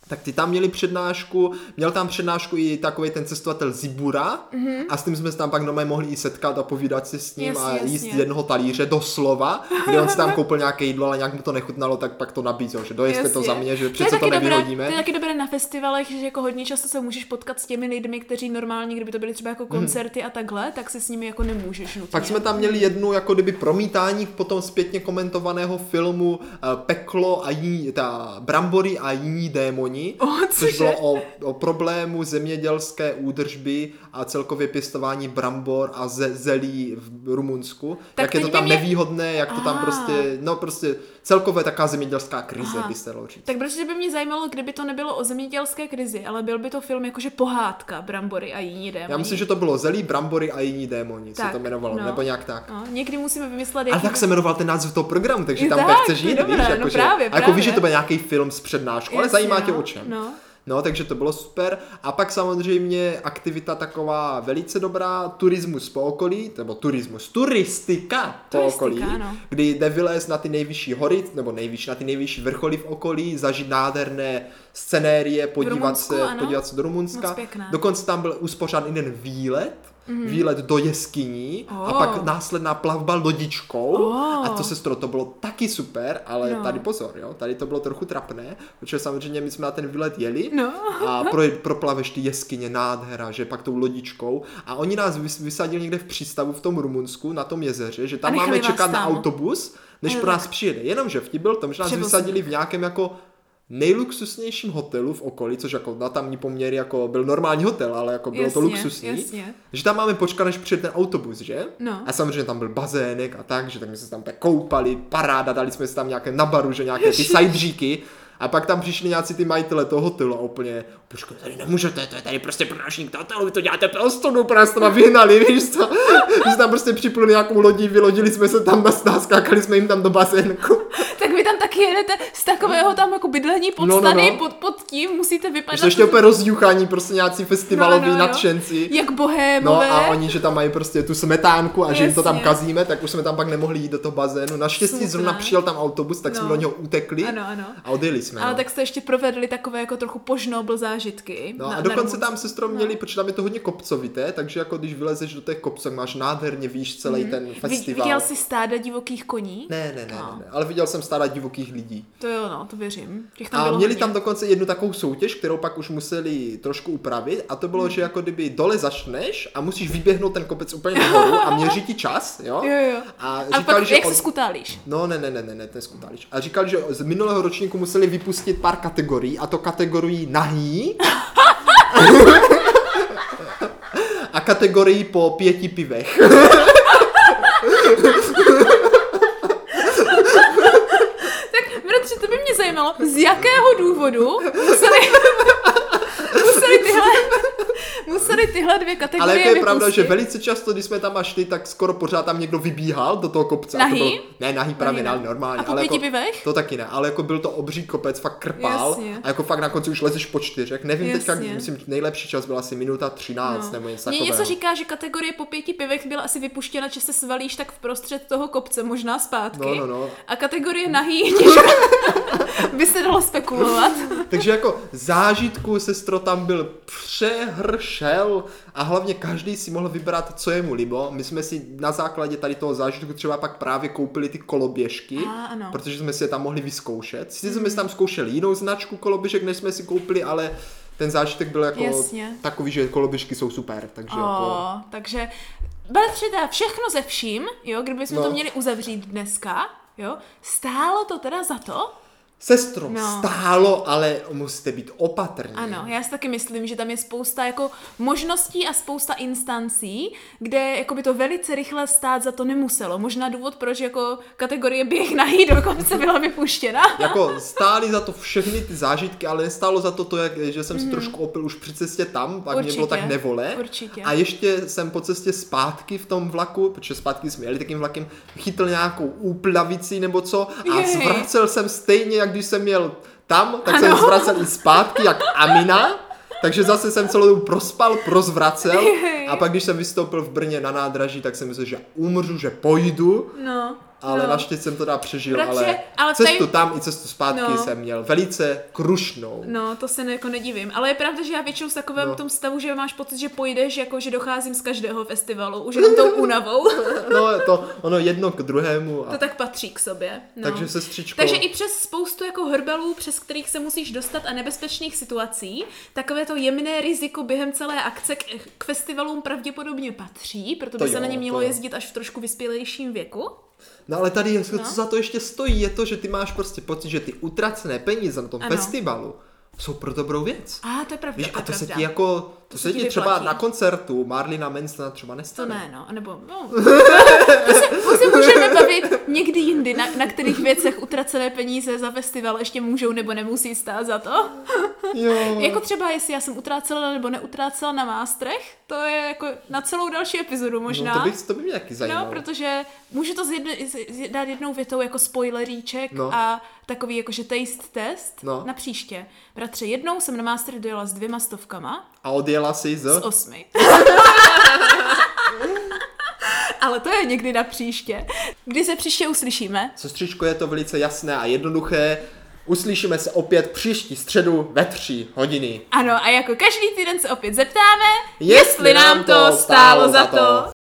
Speaker 1: Tak ty tam měli přednášku, měl tam přednášku i takový ten cestovatel Zibura mm-hmm. a s tím jsme se tam pak normálně mohli i setkat a povídat si s ním
Speaker 2: Mhm. Jasně,
Speaker 1: a jíst
Speaker 2: jasně.
Speaker 1: jednoho talíře doslova, kdy on si
Speaker 2: [laughs]
Speaker 1: tam koupil nějaké jídlo, ale nějak mu to nechutnalo, tak pak to nabízel, že dojeste to
Speaker 2: Jasně.
Speaker 1: za mě, že
Speaker 2: je
Speaker 1: přece to
Speaker 2: taky dobré-
Speaker 1: nevyhodíme.
Speaker 2: To je taky dobré na festivalech, že jako hodně často se můžeš potkat s těmi lidmi, kteří normálně, kdyby to byly třeba jako koncerty a takhle, tak se s nimi jako nemůžeš nutně.
Speaker 1: Pak Mhm. jsme tam měli jednu jako kdyby promítání potom zpětně komentovaného filmu eh, Peklo a jiní, ta Brambory a jiní démoni,
Speaker 2: O,
Speaker 1: což
Speaker 2: cože?
Speaker 1: bylo o, o problému zemědělské údržby a celkově pěstování brambor a ze, zelí v Rumunsku. Tak
Speaker 2: Tak
Speaker 1: jak je
Speaker 2: teď
Speaker 1: to
Speaker 2: by
Speaker 1: tam
Speaker 2: mě-
Speaker 1: nevýhodné, jak to tam
Speaker 2: Ah.
Speaker 1: prostě, no prostě celkově taká zemědělská krize,
Speaker 2: Aha.
Speaker 1: by se dalo říct.
Speaker 2: Tak protože by mě zajímalo, kdyby to nebylo o zemědělské krizi, ale byl by to film jakože pohádka Brambory a jiní démoni.
Speaker 1: Já myslím, že to bylo zelí, brambory a jiní démoni, se
Speaker 2: Tak,
Speaker 1: to jmenovalo,
Speaker 2: no.
Speaker 1: nebo nějak tak.
Speaker 2: No, někdy musíme vymyslet,
Speaker 1: Ale
Speaker 2: jaký...
Speaker 1: tak se jmenoval ten název toho programu, takže
Speaker 2: Je
Speaker 1: tam
Speaker 2: tak,
Speaker 1: tak, chceš
Speaker 2: to je
Speaker 1: jít,
Speaker 2: dobré,
Speaker 1: víš,
Speaker 2: no
Speaker 1: jako, že,
Speaker 2: právě,
Speaker 1: a jako víš,
Speaker 2: právě.
Speaker 1: že to byl nějaký film s přednáškou, ale
Speaker 2: Jasně,
Speaker 1: zajímá tě
Speaker 2: no,
Speaker 1: o čem.
Speaker 2: no.
Speaker 1: No, takže to bylo super. A pak samozřejmě aktivita taková velice dobrá, turismus po okolí, nebo turismus, turistika po
Speaker 2: Turistika,
Speaker 1: okolí,
Speaker 2: ano.
Speaker 1: kdy jde vylézt na ty nejvyšší hory, nebo nejvyšší, na ty nejvyšší vrcholy v okolí, zažít nádherné scenérie, podívat,
Speaker 2: Rumunsku,
Speaker 1: se,
Speaker 2: ano.
Speaker 1: podívat se do Rumunska.
Speaker 2: Moc pěkné. Mhm.
Speaker 1: Dokonce tam byl uspořád i ten výlet, Mm. výlet do jeskyní oh. a
Speaker 2: Oh.
Speaker 1: pak následná plavba lodičkou
Speaker 2: Oh.
Speaker 1: a to sestro, to bylo taky super, ale no.
Speaker 2: No.
Speaker 1: tady pozor, jo, tady to bylo trochu trapné, protože samozřejmě my jsme na ten výlet jeli
Speaker 2: No. [laughs]
Speaker 1: a pro, proplaveš ty jeskyně, nádhera, že pak tou lodičkou a oni nás vys, vysadili někde v přístavu v tom Rumunsku, na tom jezeře, že tam
Speaker 2: A nechali
Speaker 1: máme
Speaker 2: vás
Speaker 1: čekat na
Speaker 2: tam.
Speaker 1: autobus, než
Speaker 2: Jo,
Speaker 1: pro nás přijede, jenomže vtip byl v tom, že nás
Speaker 2: Převozník.
Speaker 1: vysadili v nějakém jako nejluxusnějším hotelu v okolí, což jako na tamní poměry jako byl normální hotel, ale jako bylo to
Speaker 2: Jasně,
Speaker 1: luxusní.
Speaker 2: jasně.
Speaker 1: Že tam máme počkat, než přijede ten autobus, že?
Speaker 2: No.
Speaker 1: A samozřejmě tam byl bazének a tak, že tak my jsme se tam tak koupali, paráda, dali jsme si tam nějaké na baru, že nějaké ty sajdříky. A pak tam přišli nějací ty majitele toho hotelu a úplně, počkej, tady nemůžete, to je tady prostě pronášník toho hotelu, vy to děláte pro ostudu, pro nás to vyhnali, [laughs] víš co? My jsme tam prostě připluli nějakou lodí, vylodili jsme se tam, na naskákali jsme jim tam do bazénku.
Speaker 2: Tak vy tam taky jedete z takového tam jako bydlení
Speaker 1: No, no,
Speaker 2: podstany,
Speaker 1: no.
Speaker 2: Pod, pod tím musíte vypadat...
Speaker 1: Ještě
Speaker 2: jako-
Speaker 1: ještě úplně rozjuchání, prostě nějací festivaloví no, no, nadšenci.
Speaker 2: Jak bohémové.
Speaker 1: No a oni, že tam mají prostě tu smetánku a že jim to tam
Speaker 2: Jasně.
Speaker 1: kazíme, tak už jsme tam pak nemohli jít do toho bazénu. Naštěstí
Speaker 2: Smutné.
Speaker 1: zrovna přijel tam autobus, tak jsme
Speaker 2: No.
Speaker 1: do něho utekli
Speaker 2: Ano, ano.
Speaker 1: a odjeli jsme.
Speaker 2: Ale
Speaker 1: no.
Speaker 2: tak jste ještě provedli takové jako trochu požnobl zážitky.
Speaker 1: No a
Speaker 2: na- na no.
Speaker 1: dokonce
Speaker 2: Rumunsku.
Speaker 1: tam sestro měli, protože tam je to hodně kopcovité, takže jako když vylezeš do těch kopců, tak máš nádherně výš celý ten
Speaker 2: Vid-
Speaker 1: festival.
Speaker 2: Viděl jsi stáda divokých koní?
Speaker 1: Ne, ne, ne,
Speaker 2: No.
Speaker 1: ne, ne, ale viděl jsem stáda divokých nějakých lidí.
Speaker 2: To jo, no, to věřím. Těch tam
Speaker 1: A
Speaker 2: bylo
Speaker 1: měli
Speaker 2: hodně.
Speaker 1: tam dokonce jednu takovou soutěž, kterou pak už museli trošku upravit a to
Speaker 2: Mhm.
Speaker 1: bylo, že jako kdyby dole začneš a musíš vyběhnout ten kopec úplně nahoru a měří ti čas, jo?
Speaker 2: Jo, jo.
Speaker 1: A
Speaker 2: A
Speaker 1: říkali,
Speaker 2: pak,
Speaker 1: že
Speaker 2: jak
Speaker 1: od...
Speaker 2: se skutálíš?
Speaker 1: No, ne, ne, ne, ne, ne, ten skutálič. A říkal, že z minulého ročníku museli vypustit pár kategorií, a to kategorii nahý [laughs] a kategorii po pěti pivech.
Speaker 2: Tak, bratře, to by mě zajímalo, z jakého důvodu museli,
Speaker 1: [laughs]
Speaker 2: museli, tyhle, museli tyhle dvě kategorie
Speaker 1: Ale jako je pravda,
Speaker 2: vypustit.
Speaker 1: že velice často, když jsme tam až šli, tak skoro pořád tam někdo vybíhal do toho kopce. A to
Speaker 2: Nahý?
Speaker 1: bylo, ne, nahý právě
Speaker 2: Nahý ne.
Speaker 1: ne, ale normálně.
Speaker 2: A po
Speaker 1: ale
Speaker 2: pěti
Speaker 1: jako,
Speaker 2: pivech?
Speaker 1: To taky ne, ale jako byl to obří kopec, fakt krpál.
Speaker 2: Jasně.
Speaker 1: A jako fakt na konci už lezeš po čtyřech. Nevím teďka,
Speaker 2: Jasně.
Speaker 1: myslím, nejlepší čas byla asi minuta 13 nebo něco
Speaker 2: No. Mně
Speaker 1: takového.
Speaker 2: něco říká, že kategorie po pěti pivech byla asi vypuštěna, že se svalíš tak v prostřed toho kopce, možná zpátky.
Speaker 1: No, no, no.
Speaker 2: A kategorie nahý, [laughs] by se
Speaker 1: [laughs]
Speaker 2: dalo spekulovat.
Speaker 1: Takže jako zážitku sestro tam byl přehršel a hlavně každý si mohl vybrat, co je mu libo. My jsme si na základě tady toho zážitku třeba pak právě koupili ty koloběžky,
Speaker 2: A, ano. Mhm.
Speaker 1: protože jsme si je tam mohli vyzkoušet. Sice jsme si tam zkoušeli jinou značku koloběžek, než jsme si koupili, ale ten zážitek byl jako
Speaker 2: Jasně.
Speaker 1: takový, že koloběžky jsou super, takže jako...
Speaker 2: O, No, takže bratře, teda všechno ze vším, jo, kdybychom
Speaker 1: No.
Speaker 2: to měli uzavřít dneska, jo, stálo to teda za to?
Speaker 1: Sestro,
Speaker 2: No.
Speaker 1: stálo, ale musíte být opatrní.
Speaker 2: Ano, já si taky myslím, že tam je spousta jako možností a spousta instancí, kde jako by to velice rychle stát za to nemuselo. Možná důvod, proč jako kategorie běh na jí dokonce byla vypuštěna.
Speaker 1: jako stály za to všechny ty zážitky, ale nestálo za to to, jak, že jsem si trošku opil už při cestě tam, pak mě
Speaker 2: Mhm. Určitě,
Speaker 1: bylo tak nevole.
Speaker 2: určitě.
Speaker 1: A ještě jsem po cestě zpátky v tom vlaku, protože zpátky jsme jeli takým vlakem, chytl nějakou úplavici nebo co a
Speaker 2: Jej.
Speaker 1: zvracel jsem stejně, jak když jsem měl tam, tak
Speaker 2: Ano.
Speaker 1: jsem zvracel i zpátky, jak Amina. Takže zase jsem celou dobu prospal, prozvracel
Speaker 2: Jej.
Speaker 1: a pak když jsem vystoupil v Brně na nádraží, tak jsem myslel, že umřu, že pojdu,
Speaker 2: No,
Speaker 1: ale
Speaker 2: no.
Speaker 1: no. naštěstí jsem to teda přežil,
Speaker 2: Bratře,
Speaker 1: ale,
Speaker 2: ale
Speaker 1: ale
Speaker 2: v
Speaker 1: cestu
Speaker 2: tej-
Speaker 1: tam i cestu zpátky
Speaker 2: No.
Speaker 1: no. jsem měl velice krušnou.
Speaker 2: No, to se ne, jako nedivím. Ale je pravda, že já většinou v takovém no.
Speaker 1: No.
Speaker 2: tom stavu, že máš pocit, že pojdeš, jako že docházím z každého festivalu, už jenom
Speaker 1: [laughs]
Speaker 2: tou únavou.
Speaker 1: No, to ono jedno k druhému. A...
Speaker 2: to tak patří k sobě. No.
Speaker 1: Takže sestřičko,
Speaker 2: Takže i přes spoustu jako hrbelů, přes kterých se musíš dostat a nebezpečných situací, takové to jemné riziko během celé akce k, k festivalům pravděpodobně patří, protože
Speaker 1: To
Speaker 2: se
Speaker 1: jo,
Speaker 2: na ně
Speaker 1: to
Speaker 2: mělo
Speaker 1: jo.
Speaker 2: jezdit až v trošku vyspělejším věku.
Speaker 1: no ale tady, je- co
Speaker 2: No.
Speaker 1: za to ještě stojí, je to, že ty máš prostě pocit, že ty utracené peníze na tom
Speaker 2: Ano.
Speaker 1: ano. festivalu jsou pro dobrou věc.
Speaker 2: A to je pravda.
Speaker 1: Víš, a
Speaker 2: je
Speaker 1: to se
Speaker 2: pravda.
Speaker 1: ti jako, to,
Speaker 2: se
Speaker 1: se
Speaker 2: ti
Speaker 1: ti třeba
Speaker 2: vyplatí.
Speaker 1: na koncertu Marlina Mansona třeba
Speaker 2: To
Speaker 1: nestane.
Speaker 2: ne, no, nebo
Speaker 1: [laughs]
Speaker 2: no. To se, to se můžeme bavit někdy jindy, na, na kterých věcech utracené peníze za festival ještě můžou nebo nemusí stát za to.
Speaker 1: Jo.
Speaker 2: Jako třeba, jestli já jsem utrácela nebo neutrácela na mástrech, to je jako na celou další epizodu možná.
Speaker 1: No, to, by, to by mě taky zajímalo.
Speaker 2: No, protože můžu to zjedno, z- z- dát jednou větou jako spoileríček no.
Speaker 1: No.
Speaker 2: a takový jakože taste test no.
Speaker 1: No.
Speaker 2: na příště. Bratře, jednou jsem na master dojela s dvěma stovkama,
Speaker 1: A odjela jsi z...
Speaker 2: z osmi. [laughs] Ale to je někdy na příště. Kdy se příště uslyšíme?
Speaker 1: Sestřičko, je to velice jasné a jednoduché. Uslyšíme se opět příští středu ve tři hodiny.
Speaker 2: Ano, a jako každý týden se opět zeptáme, jestli nám to stálo za to.